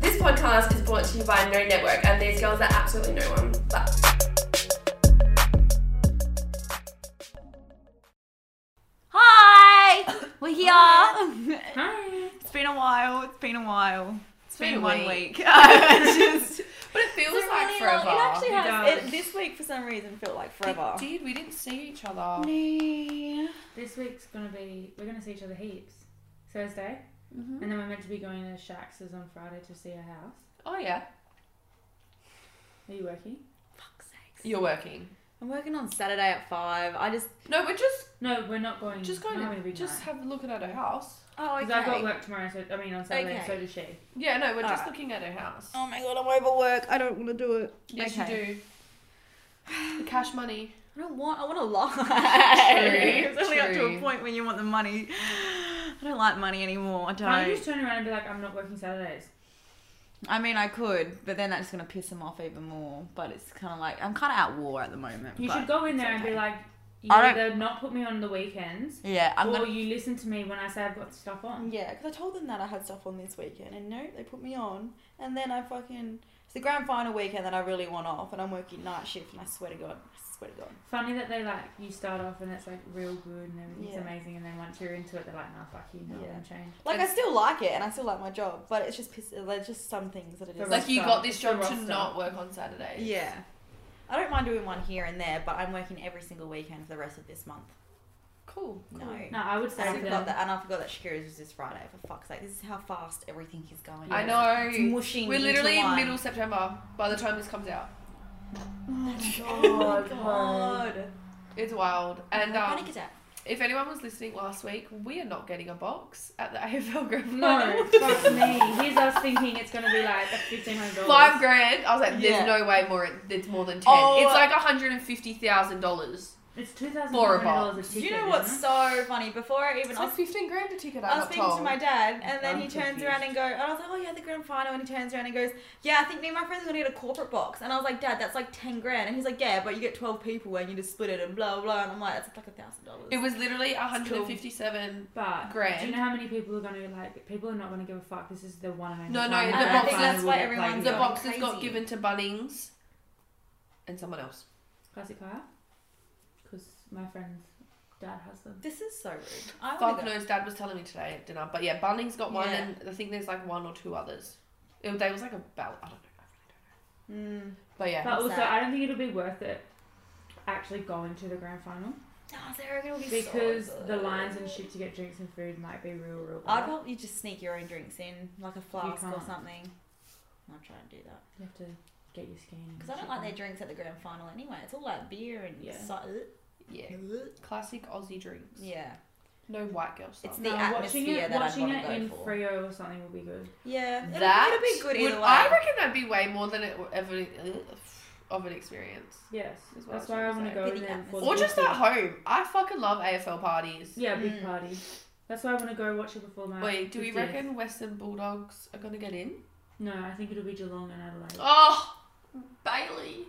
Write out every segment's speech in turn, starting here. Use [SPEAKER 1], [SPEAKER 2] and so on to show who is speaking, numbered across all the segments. [SPEAKER 1] podcast is brought to you by No Network, and these girls are absolutely no one. But
[SPEAKER 2] Hi! We're here.
[SPEAKER 3] It's
[SPEAKER 2] It's been a while. It's been a while. It's been,
[SPEAKER 3] been a
[SPEAKER 2] one week.
[SPEAKER 3] week.
[SPEAKER 2] Just-
[SPEAKER 3] But it feels
[SPEAKER 2] It's
[SPEAKER 3] like
[SPEAKER 2] really
[SPEAKER 3] forever.
[SPEAKER 2] long. It actually has.
[SPEAKER 3] does.
[SPEAKER 2] It, this week, for some reason, felt like
[SPEAKER 3] It
[SPEAKER 2] forever.
[SPEAKER 3] did. We didn't see each other.
[SPEAKER 4] This week's gonna be we're gonna see each other heaps. Thursday, and then we're meant to be going to Shax's on Friday to see our house.
[SPEAKER 3] Oh yeah.
[SPEAKER 4] Are you working?
[SPEAKER 3] You're working.
[SPEAKER 2] I'm working on Saturday at five. I just.
[SPEAKER 3] No, we're just
[SPEAKER 4] No, we're not going.
[SPEAKER 3] just
[SPEAKER 4] we're
[SPEAKER 3] going
[SPEAKER 4] not having a
[SPEAKER 3] to
[SPEAKER 4] big
[SPEAKER 3] just
[SPEAKER 4] night.
[SPEAKER 3] have a look at her house.
[SPEAKER 2] Oh,
[SPEAKER 4] 'Cause
[SPEAKER 2] okay.
[SPEAKER 4] I got work tomorrow, so I mean on Saturday,
[SPEAKER 2] Okay.
[SPEAKER 4] so does she.
[SPEAKER 3] Yeah, no, we're just
[SPEAKER 2] Alright.
[SPEAKER 3] looking at her house.
[SPEAKER 2] Oh my god, I'm overworked. I don't want to do it.
[SPEAKER 3] yes,
[SPEAKER 2] okay.
[SPEAKER 3] you do. The cash money.
[SPEAKER 2] I don't want. I want a lot. it's only up to
[SPEAKER 3] true.
[SPEAKER 2] a point when you want the money. I don't like money anymore. I
[SPEAKER 4] Can't
[SPEAKER 2] don't.
[SPEAKER 4] you just turn around and be like, I'm not working Saturdays?
[SPEAKER 2] I mean, I could, but then that's gonna piss them off even more. But it's kind of like I'm kind of at war at the moment.
[SPEAKER 4] You
[SPEAKER 2] but
[SPEAKER 4] should go in
[SPEAKER 2] it's
[SPEAKER 4] there and be
[SPEAKER 2] okay.
[SPEAKER 4] like, you
[SPEAKER 2] I don't-
[SPEAKER 4] either not put me on the weekends,
[SPEAKER 2] Yeah, I'm
[SPEAKER 4] or
[SPEAKER 2] gonna. Mm.
[SPEAKER 4] you listen to me when I say I've got stuff on.
[SPEAKER 2] Yeah, because I told them that I had stuff on this weekend, and no, they put me on, and then I fucking it's the grand final weekend that I really want off, and I'm working night shift, and I swear to God, I swear to God,
[SPEAKER 4] Funny that they like you start off and it's like real good and everything's
[SPEAKER 2] Yeah.
[SPEAKER 4] amazing, and then once you're into it, they're like, nah, fuck you, no,
[SPEAKER 2] Yeah.
[SPEAKER 4] I'm changed.
[SPEAKER 2] like I still like it, and I still like my job, but it's just piss- there's just some things that it
[SPEAKER 4] The
[SPEAKER 2] is.
[SPEAKER 3] Like you
[SPEAKER 4] roster.
[SPEAKER 3] got this job
[SPEAKER 4] It's
[SPEAKER 3] to
[SPEAKER 4] the roster.
[SPEAKER 3] not work on Saturdays.
[SPEAKER 2] yeah, I don't mind doing one here and there, but I'm working every single weekend for the rest of this month.
[SPEAKER 3] Cool.
[SPEAKER 2] No.
[SPEAKER 3] cool.
[SPEAKER 4] No, I would say
[SPEAKER 2] And I
[SPEAKER 4] to
[SPEAKER 2] forgot
[SPEAKER 4] them,
[SPEAKER 2] that, and I forgot that Shakira's was this Friday. For fuck's sake, this is how fast everything is going.
[SPEAKER 3] I
[SPEAKER 2] It's
[SPEAKER 3] know.
[SPEAKER 2] mushing.
[SPEAKER 3] We're
[SPEAKER 2] into
[SPEAKER 3] literally
[SPEAKER 2] one.
[SPEAKER 3] in middle September by the time this comes out.
[SPEAKER 2] Oh my god.
[SPEAKER 3] It's wild. And um,
[SPEAKER 2] panic attack.
[SPEAKER 3] if anyone was listening last week, we are not getting a box at the AFL Grand Final.
[SPEAKER 4] No, fuck me. Here's us thinking it's gonna be like fifteen hundred
[SPEAKER 3] Five
[SPEAKER 4] dollars.
[SPEAKER 3] grand. I was like, there's
[SPEAKER 2] Yeah.
[SPEAKER 3] no way more. It's more than ten.
[SPEAKER 2] Oh.
[SPEAKER 3] It's like hundred and fifty thousand dollars.
[SPEAKER 4] It's two thousand
[SPEAKER 3] Laura
[SPEAKER 4] hundred
[SPEAKER 3] Bob.
[SPEAKER 4] dollars a
[SPEAKER 2] Do
[SPEAKER 4] ticket.
[SPEAKER 2] you know what's
[SPEAKER 4] isn't
[SPEAKER 2] so funny? Before I even
[SPEAKER 3] It's
[SPEAKER 2] I
[SPEAKER 3] like
[SPEAKER 2] was,
[SPEAKER 3] fifteen grand a ticket.
[SPEAKER 2] I
[SPEAKER 3] I'm
[SPEAKER 2] was
[SPEAKER 3] not
[SPEAKER 2] speaking to
[SPEAKER 3] told.
[SPEAKER 2] my dad, and then
[SPEAKER 4] I'm
[SPEAKER 2] he turns
[SPEAKER 4] confused.
[SPEAKER 2] around and go, and I was like, oh yeah, the grand final, and he turns around and goes, yeah, I think me and my friends are gonna get a corporate box, and I was like, Dad, that's like ten grand, and he's like, yeah, but you get twelve people and you just split it and blah blah, and I'm like, that's like a thousand dollars.
[SPEAKER 3] It was literally hundred and fifty-seven.
[SPEAKER 4] it? But
[SPEAKER 3] grand.
[SPEAKER 4] do you know how many people are gonna like? People are not gonna give a fuck. This is the one and only.
[SPEAKER 3] No, no,
[SPEAKER 4] time
[SPEAKER 3] the box- I
[SPEAKER 4] that
[SPEAKER 3] think
[SPEAKER 4] finally
[SPEAKER 2] that's
[SPEAKER 4] will
[SPEAKER 2] why
[SPEAKER 4] get
[SPEAKER 2] everyone's
[SPEAKER 4] played.
[SPEAKER 3] The
[SPEAKER 2] Yeah.
[SPEAKER 3] boxes got
[SPEAKER 2] Crazy.
[SPEAKER 3] given to Bunnings, and someone else.
[SPEAKER 4] Classic car. Because my friend's dad has them.
[SPEAKER 2] This is so rude. I
[SPEAKER 3] Fuck
[SPEAKER 2] wanna go.
[SPEAKER 3] knows. Dad was telling me today at dinner. But yeah, Bunnings got one,
[SPEAKER 2] Yeah.
[SPEAKER 3] and I think there's like one or two others. It, they was like a bell. I don't know. I really don't know.
[SPEAKER 2] Mm.
[SPEAKER 3] But yeah,
[SPEAKER 4] But also,
[SPEAKER 2] sad.
[SPEAKER 4] I don't think it'll be worth it actually going to the grand final
[SPEAKER 2] Oh, they're gonna be so
[SPEAKER 4] because the
[SPEAKER 2] good.
[SPEAKER 4] lines and shit to get drinks and food might be real, real.
[SPEAKER 2] I'd
[SPEAKER 4] good.
[SPEAKER 2] probably just sneak your own drinks in, like a flask or
[SPEAKER 4] can't.
[SPEAKER 2] something. I'm not trying to do that
[SPEAKER 4] You have to get your skin. and
[SPEAKER 2] because I
[SPEAKER 4] shit
[SPEAKER 2] don't like
[SPEAKER 4] on.
[SPEAKER 2] their drinks at the grand final anyway. It's all like beer and
[SPEAKER 4] Yeah.
[SPEAKER 2] so- uh,
[SPEAKER 3] yeah. Classic Aussie drinks.
[SPEAKER 2] Yeah.
[SPEAKER 3] No white girl stuff.
[SPEAKER 2] It's the atmosphere that I'd
[SPEAKER 4] watching
[SPEAKER 2] wanna
[SPEAKER 4] it
[SPEAKER 2] go
[SPEAKER 4] in
[SPEAKER 2] for.
[SPEAKER 4] Frio or something will be good.
[SPEAKER 2] Yeah, it'll,
[SPEAKER 3] That
[SPEAKER 2] it'll be good
[SPEAKER 3] would-
[SPEAKER 2] either way.
[SPEAKER 3] I reckon that'd be way more than it would ever of an experience.
[SPEAKER 4] Yes,
[SPEAKER 3] That's what I
[SPEAKER 4] that's
[SPEAKER 3] was
[SPEAKER 4] why I
[SPEAKER 3] gonna
[SPEAKER 4] want to
[SPEAKER 3] say.
[SPEAKER 4] go
[SPEAKER 2] Be the
[SPEAKER 4] in there before. the
[SPEAKER 3] Or
[SPEAKER 4] big
[SPEAKER 3] just at
[SPEAKER 4] thing.
[SPEAKER 3] home. I fucking love AFL parties.
[SPEAKER 4] Yeah, big
[SPEAKER 2] Mm.
[SPEAKER 4] party. That's why I want to go watch it before my.
[SPEAKER 3] Wait, do we
[SPEAKER 4] 50th.
[SPEAKER 3] reckon Western Bulldogs are gonna get in?
[SPEAKER 4] No, I think it'll be Geelong and Adelaide.
[SPEAKER 3] Oh, Bailey.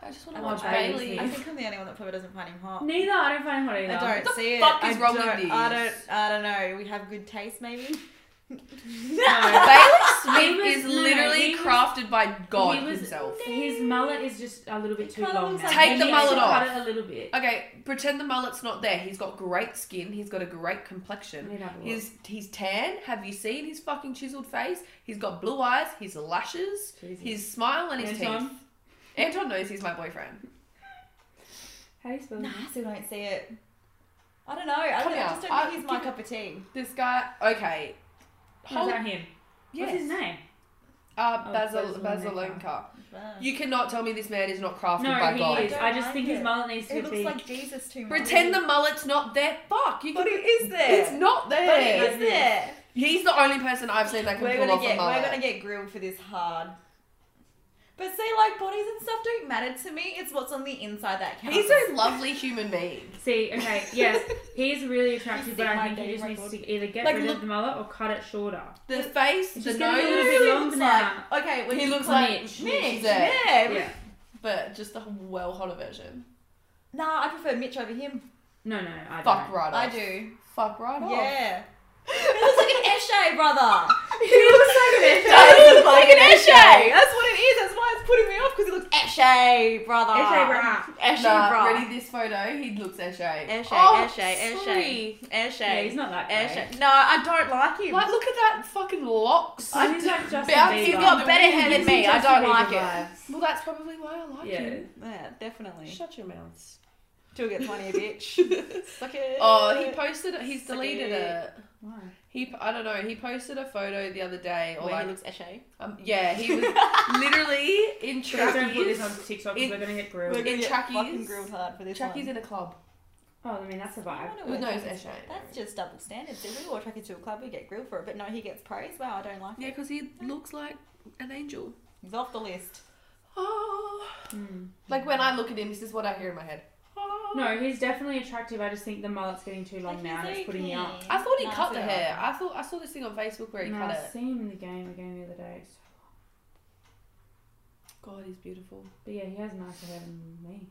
[SPEAKER 3] I just want
[SPEAKER 2] I
[SPEAKER 3] to
[SPEAKER 2] want
[SPEAKER 3] watch
[SPEAKER 4] Bailey's
[SPEAKER 3] Bailey.
[SPEAKER 2] I think I'm the only one that probably doesn't find him hot.
[SPEAKER 4] Neither. I don't find him hot either.
[SPEAKER 2] Oh. I don't
[SPEAKER 3] What the
[SPEAKER 2] see it.
[SPEAKER 3] fuck
[SPEAKER 2] I
[SPEAKER 3] is wrong with
[SPEAKER 2] don't- I don't.
[SPEAKER 3] these?
[SPEAKER 2] I don't know. We have good taste, maybe.
[SPEAKER 4] No.
[SPEAKER 3] Bailey
[SPEAKER 4] He
[SPEAKER 3] Smith
[SPEAKER 4] was-
[SPEAKER 3] is
[SPEAKER 4] no, no,
[SPEAKER 3] literally
[SPEAKER 4] he was-
[SPEAKER 3] crafted by God
[SPEAKER 4] he was-
[SPEAKER 3] himself.
[SPEAKER 4] His mullet is just a little bit
[SPEAKER 2] It
[SPEAKER 4] too
[SPEAKER 2] kinda
[SPEAKER 4] long.
[SPEAKER 2] looks
[SPEAKER 4] now.
[SPEAKER 2] like
[SPEAKER 3] Take
[SPEAKER 4] He
[SPEAKER 3] the
[SPEAKER 4] needs to
[SPEAKER 3] mullet off.
[SPEAKER 4] Cut it a little bit.
[SPEAKER 3] Okay, pretend the mullet's not there. He's got great skin. He's got a great complexion.
[SPEAKER 4] Need to have a look.
[SPEAKER 3] He's he's tan. Have you seen his fucking chiseled face? He's got blue eyes, his lashes,
[SPEAKER 4] Jesus.
[SPEAKER 3] his smile, and his
[SPEAKER 4] Anton?
[SPEAKER 3] teeth. Anton knows he's my boyfriend.
[SPEAKER 4] How do you spell
[SPEAKER 2] no,
[SPEAKER 4] it?
[SPEAKER 2] I still don't see it. I don't know. I,
[SPEAKER 3] Come
[SPEAKER 2] don't, I
[SPEAKER 3] out.
[SPEAKER 2] just don't
[SPEAKER 3] I-
[SPEAKER 2] think he's my
[SPEAKER 3] give-
[SPEAKER 2] cup of tea.
[SPEAKER 3] This guy, okay.
[SPEAKER 4] No,
[SPEAKER 3] Hold,
[SPEAKER 4] is that him?
[SPEAKER 3] yes.
[SPEAKER 4] What's his name?
[SPEAKER 3] Uh,
[SPEAKER 4] Oh,
[SPEAKER 3] Basil,
[SPEAKER 4] Basil
[SPEAKER 3] Basilonka.
[SPEAKER 2] But-
[SPEAKER 3] You cannot tell me this man is not crafted
[SPEAKER 4] No,
[SPEAKER 3] by
[SPEAKER 4] he
[SPEAKER 3] God.
[SPEAKER 4] is.
[SPEAKER 2] don't
[SPEAKER 4] I just
[SPEAKER 2] like
[SPEAKER 4] think
[SPEAKER 2] it.
[SPEAKER 4] his mullet needs to
[SPEAKER 2] it
[SPEAKER 4] be.
[SPEAKER 2] looks like Jesus too much.
[SPEAKER 3] Pretend the mullet's not there. Fuck, you
[SPEAKER 2] But
[SPEAKER 3] can.
[SPEAKER 2] it is there.
[SPEAKER 3] It's not
[SPEAKER 2] But
[SPEAKER 3] there.
[SPEAKER 2] it is there.
[SPEAKER 3] He's the only person I've seen that can
[SPEAKER 2] We're
[SPEAKER 3] pull
[SPEAKER 2] gonna
[SPEAKER 3] off
[SPEAKER 2] get.
[SPEAKER 3] a
[SPEAKER 2] We're
[SPEAKER 3] mullet.
[SPEAKER 2] gonna get grilled for this hard. But see, like bodies and stuff don't matter to me. It's what's on the inside that counts.
[SPEAKER 3] He's a lovely human being.
[SPEAKER 4] See, okay, yes, he is really attractive,
[SPEAKER 2] He's
[SPEAKER 4] but
[SPEAKER 2] in my
[SPEAKER 4] I think he
[SPEAKER 2] dating
[SPEAKER 4] just needs
[SPEAKER 2] record.
[SPEAKER 4] to either get
[SPEAKER 3] Like,
[SPEAKER 4] rid
[SPEAKER 3] look-
[SPEAKER 4] of the mullet or cut it shorter.
[SPEAKER 3] The face, the
[SPEAKER 4] just gonna be a little
[SPEAKER 3] nose,
[SPEAKER 4] bit
[SPEAKER 2] He
[SPEAKER 4] long
[SPEAKER 2] looks
[SPEAKER 4] now.
[SPEAKER 2] like- Okay, when
[SPEAKER 3] he
[SPEAKER 2] you-
[SPEAKER 3] looks like
[SPEAKER 4] Mitch.
[SPEAKER 2] Mitch.
[SPEAKER 3] Mitch,
[SPEAKER 2] Yeah.
[SPEAKER 3] there,
[SPEAKER 4] Yeah.
[SPEAKER 3] but just the well hotter version.
[SPEAKER 2] Nah, I prefer Mitch over him.
[SPEAKER 4] No, no, no, I don't.
[SPEAKER 3] Fuck right off.
[SPEAKER 2] I do.
[SPEAKER 3] Fuck right off.
[SPEAKER 2] Yeah. He looks like an Eshe brother.
[SPEAKER 4] He looks like
[SPEAKER 2] That
[SPEAKER 4] an
[SPEAKER 2] is
[SPEAKER 4] Eshe.
[SPEAKER 2] a fucking Eshe. That's what it is. That's why it's putting me off because it looks Eshe, brother.
[SPEAKER 4] Eshe, brah.
[SPEAKER 2] Eshe,
[SPEAKER 3] Nah,
[SPEAKER 2] brah.
[SPEAKER 3] ready this photo, he looks Eshe.
[SPEAKER 2] Eshe,
[SPEAKER 3] Oh,
[SPEAKER 2] Eshe, Eshe,
[SPEAKER 3] sorry.
[SPEAKER 2] Eshe.
[SPEAKER 4] Yeah, he's not that
[SPEAKER 2] Eshe.
[SPEAKER 4] great.
[SPEAKER 2] No, I don't like him.
[SPEAKER 3] Like, look at that fucking locks.
[SPEAKER 4] Oh, he's like Justin
[SPEAKER 3] Bouncy
[SPEAKER 4] Bieber.
[SPEAKER 2] You've got better hair than
[SPEAKER 4] Gives
[SPEAKER 2] me. I
[SPEAKER 4] Justin
[SPEAKER 2] don't
[SPEAKER 4] Bieber
[SPEAKER 2] like it.
[SPEAKER 4] vibes.
[SPEAKER 3] Well, that's probably why I like
[SPEAKER 4] Yeah.
[SPEAKER 3] him.
[SPEAKER 2] Yeah, definitely.
[SPEAKER 3] Shut your mouths.
[SPEAKER 2] Still get plenty of bitch. Suck it.
[SPEAKER 3] Oh, he posted it. He's
[SPEAKER 2] Suck it.
[SPEAKER 3] deleted it.
[SPEAKER 4] Why?
[SPEAKER 3] He, I don't know. He posted a photo the other day, or
[SPEAKER 2] Where
[SPEAKER 3] like,
[SPEAKER 2] he looks Eshe.
[SPEAKER 3] um, yeah, he was literally in
[SPEAKER 4] Please don't put this on
[SPEAKER 3] trackies.
[SPEAKER 4] TikTok
[SPEAKER 3] It-
[SPEAKER 4] because we're gonna get
[SPEAKER 2] We're
[SPEAKER 4] grilled.
[SPEAKER 2] gonna get
[SPEAKER 3] Chucky's-
[SPEAKER 2] fucking grilled hard for this
[SPEAKER 3] Trackies
[SPEAKER 2] one.
[SPEAKER 3] in a club.
[SPEAKER 4] Oh, I mean that's a vibe.
[SPEAKER 2] I
[SPEAKER 3] No,
[SPEAKER 2] wonder what
[SPEAKER 3] it's
[SPEAKER 2] that's-
[SPEAKER 3] Eshe.
[SPEAKER 2] That's just double standards. If we wore trackies to a club, we get grilled for it. But no, he gets praised. Wow, I don't like
[SPEAKER 3] Yeah,
[SPEAKER 2] it.
[SPEAKER 3] because he looks like an angel.
[SPEAKER 2] He's off the list.
[SPEAKER 3] Oh.
[SPEAKER 4] Mm.
[SPEAKER 3] Like when I look at him, this is what I hear in my head. Oh.
[SPEAKER 4] No, he's definitely attractive. I just think the mullet's getting too long
[SPEAKER 2] Like,
[SPEAKER 4] now. and
[SPEAKER 2] he's
[SPEAKER 4] It's putting me
[SPEAKER 2] okay.
[SPEAKER 4] up.
[SPEAKER 3] I thought he
[SPEAKER 2] No,
[SPEAKER 3] cut the
[SPEAKER 2] so-
[SPEAKER 3] hair. I thought I saw this thing on Facebook where he
[SPEAKER 4] No,
[SPEAKER 3] cut
[SPEAKER 4] I've
[SPEAKER 3] it.
[SPEAKER 4] seen him in the game again the other day. so-
[SPEAKER 3] God, he's beautiful.
[SPEAKER 4] But yeah, he has nicer hair than me.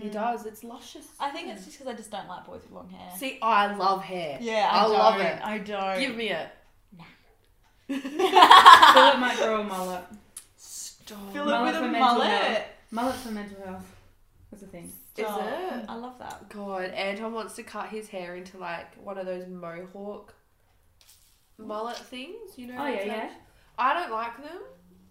[SPEAKER 3] He
[SPEAKER 2] Mm.
[SPEAKER 3] does. It's luscious.
[SPEAKER 2] I think it's just because I just don't like boys with long hair.
[SPEAKER 3] See, I love hair.
[SPEAKER 2] Yeah,
[SPEAKER 3] I,
[SPEAKER 2] I,
[SPEAKER 3] love
[SPEAKER 2] don't.
[SPEAKER 3] it.
[SPEAKER 2] I don't.
[SPEAKER 3] Give me it.
[SPEAKER 4] Philip might grow a mullet.
[SPEAKER 3] Stop.
[SPEAKER 2] Fill
[SPEAKER 4] Mullet
[SPEAKER 2] it with
[SPEAKER 4] for
[SPEAKER 2] a
[SPEAKER 4] mental
[SPEAKER 2] mullet.
[SPEAKER 4] health. Mullet for mental health. That's the thing.
[SPEAKER 3] Is
[SPEAKER 2] Stop.
[SPEAKER 3] it?
[SPEAKER 2] I love that.
[SPEAKER 3] God, Anton wants to cut his hair into like one of those mohawk mullet things, you know?
[SPEAKER 4] Oh yeah,
[SPEAKER 3] it's like-
[SPEAKER 4] yeah.
[SPEAKER 3] I don't like them.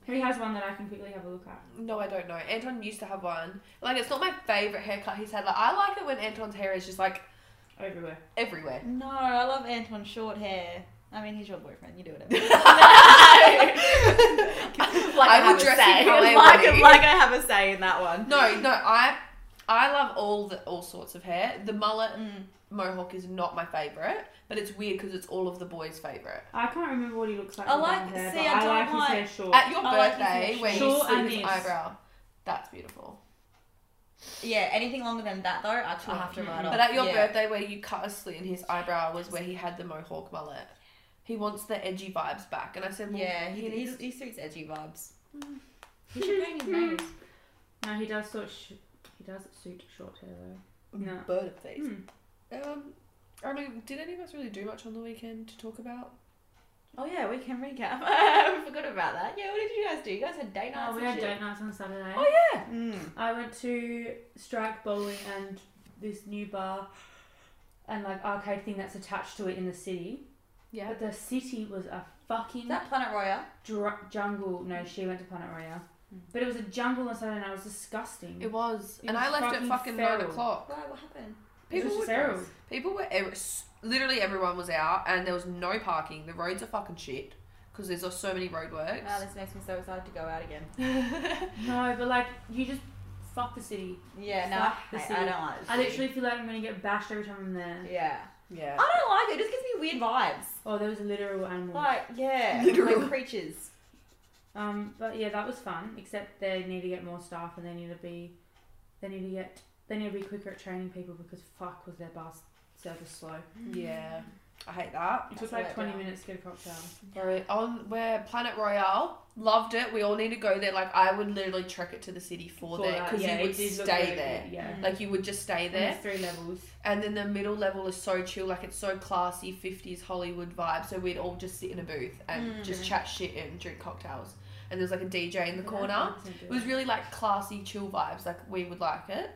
[SPEAKER 4] He has one that I can quickly have a look at.
[SPEAKER 3] No, I don't know. Anton used to have one. Like, it's not my favorite haircut he's had. Like, I like it when Anton's hair is just like
[SPEAKER 4] Everywhere.
[SPEAKER 3] everywhere.
[SPEAKER 2] No, I love Anton's short hair. I mean, he's your boyfriend. You do whatever. like
[SPEAKER 3] I would
[SPEAKER 2] have a
[SPEAKER 3] dress
[SPEAKER 2] say.
[SPEAKER 3] him how I
[SPEAKER 2] like,
[SPEAKER 3] want it.
[SPEAKER 2] like I have a say in that one.
[SPEAKER 3] No, no, I, I love all the all sorts of hair. The mullet
[SPEAKER 2] Mm.
[SPEAKER 3] mohawk is not my favorite, but it's weird because it's all of the boys' favorite.
[SPEAKER 4] I can't remember what he looks like.
[SPEAKER 2] I
[SPEAKER 4] with
[SPEAKER 2] like-
[SPEAKER 4] long hair,
[SPEAKER 2] see,
[SPEAKER 4] but
[SPEAKER 2] I don't
[SPEAKER 4] like
[SPEAKER 2] like-
[SPEAKER 4] his hair short.
[SPEAKER 3] At your
[SPEAKER 2] Oh, I like his
[SPEAKER 3] birthday,
[SPEAKER 2] hair
[SPEAKER 3] when you
[SPEAKER 4] short
[SPEAKER 3] slit
[SPEAKER 4] and
[SPEAKER 3] his
[SPEAKER 4] this.
[SPEAKER 3] eyebrow, that's beautiful.
[SPEAKER 2] Yeah, anything longer than that though, I will have to write off.
[SPEAKER 3] But at your
[SPEAKER 2] yeah.
[SPEAKER 3] birthday, where you cut a slit in his eyebrow, was where he had the mohawk mullet. He wants the edgy vibes back, and I said, well,
[SPEAKER 2] yeah, he,
[SPEAKER 3] he
[SPEAKER 2] he,
[SPEAKER 3] needs-
[SPEAKER 2] he suits edgy vibes.
[SPEAKER 3] Mm.
[SPEAKER 2] He should paint his nails.
[SPEAKER 4] No, he does sort. Sh- he does suit short hair though. No.
[SPEAKER 3] bird face."
[SPEAKER 4] Hmm.
[SPEAKER 3] Um, I mean, did any of us really do much on the weekend to talk about?
[SPEAKER 2] Oh yeah, we can recap. I forgot about that. Yeah, what did you guys do? You guys had date nights.
[SPEAKER 4] Oh, we
[SPEAKER 2] and
[SPEAKER 4] had
[SPEAKER 2] shit.
[SPEAKER 4] date nights on Saturday.
[SPEAKER 3] Oh, yeah,
[SPEAKER 2] Mm.
[SPEAKER 4] I went to Strike Bowling and this new bar and like arcade thing that's attached to it in the city.
[SPEAKER 3] yeah.
[SPEAKER 4] But the city was a fucking
[SPEAKER 2] Is that Planet Royale?
[SPEAKER 4] dr- jungle. No, she went to Planet Royale. But it was a jungle on Saturday night. It was disgusting.
[SPEAKER 3] It was,
[SPEAKER 4] It
[SPEAKER 3] and
[SPEAKER 4] was
[SPEAKER 3] I left
[SPEAKER 4] fucking
[SPEAKER 3] at fucking nine
[SPEAKER 4] feral.
[SPEAKER 3] o'clock.
[SPEAKER 2] Why? What happened?
[SPEAKER 4] People
[SPEAKER 3] People
[SPEAKER 4] was
[SPEAKER 3] were
[SPEAKER 4] feral.
[SPEAKER 3] people were ev- s- literally everyone was out, and there was no parking. The roads are fucking shit because there's so many roadworks.
[SPEAKER 2] Wow, Ah, this makes me so excited to go out again.
[SPEAKER 4] No, but like you just fuck the city.
[SPEAKER 2] Yeah,
[SPEAKER 4] no, Fuck the I- I
[SPEAKER 2] I
[SPEAKER 4] city.
[SPEAKER 2] don't like.
[SPEAKER 4] I literally feel like I'm gonna get bashed every time I'm there.
[SPEAKER 2] Yeah.
[SPEAKER 3] yeah.
[SPEAKER 2] I don't like it. It just gives me weird vibes.
[SPEAKER 4] Oh, there was a literal animal.
[SPEAKER 2] Like, yeah,
[SPEAKER 3] Literal.
[SPEAKER 2] like creatures.
[SPEAKER 4] Um, but yeah, that was fun. Except they need to get more staff, and they need to be, they need to get, they need to be quicker at training people because fuck was their bus service slow.
[SPEAKER 2] Mm.
[SPEAKER 3] Yeah. I hate that.
[SPEAKER 4] It
[SPEAKER 2] That's
[SPEAKER 4] took like
[SPEAKER 2] right,
[SPEAKER 4] twenty
[SPEAKER 2] yeah.
[SPEAKER 4] minutes to get a cocktail.
[SPEAKER 3] Right. On where Planet Royale loved it. We all need to go there. Like I would literally trek it to the city for, there
[SPEAKER 4] that,
[SPEAKER 3] because
[SPEAKER 4] yeah,
[SPEAKER 3] you would
[SPEAKER 4] it did
[SPEAKER 3] stay
[SPEAKER 4] look really
[SPEAKER 3] there.
[SPEAKER 4] good, Yeah. Mm.
[SPEAKER 2] Mm.
[SPEAKER 3] Like you would just stay
[SPEAKER 4] And there's
[SPEAKER 3] there.
[SPEAKER 4] three levels.
[SPEAKER 3] And then the middle level is so chill. Like it's so classy, fifties Hollywood vibe. So we'd all just sit in a booth and
[SPEAKER 2] Mm.
[SPEAKER 3] just chat shit and drink cocktails. And there's like a DJ in the corner. It was really like classy, chill vibes. Like we would like it.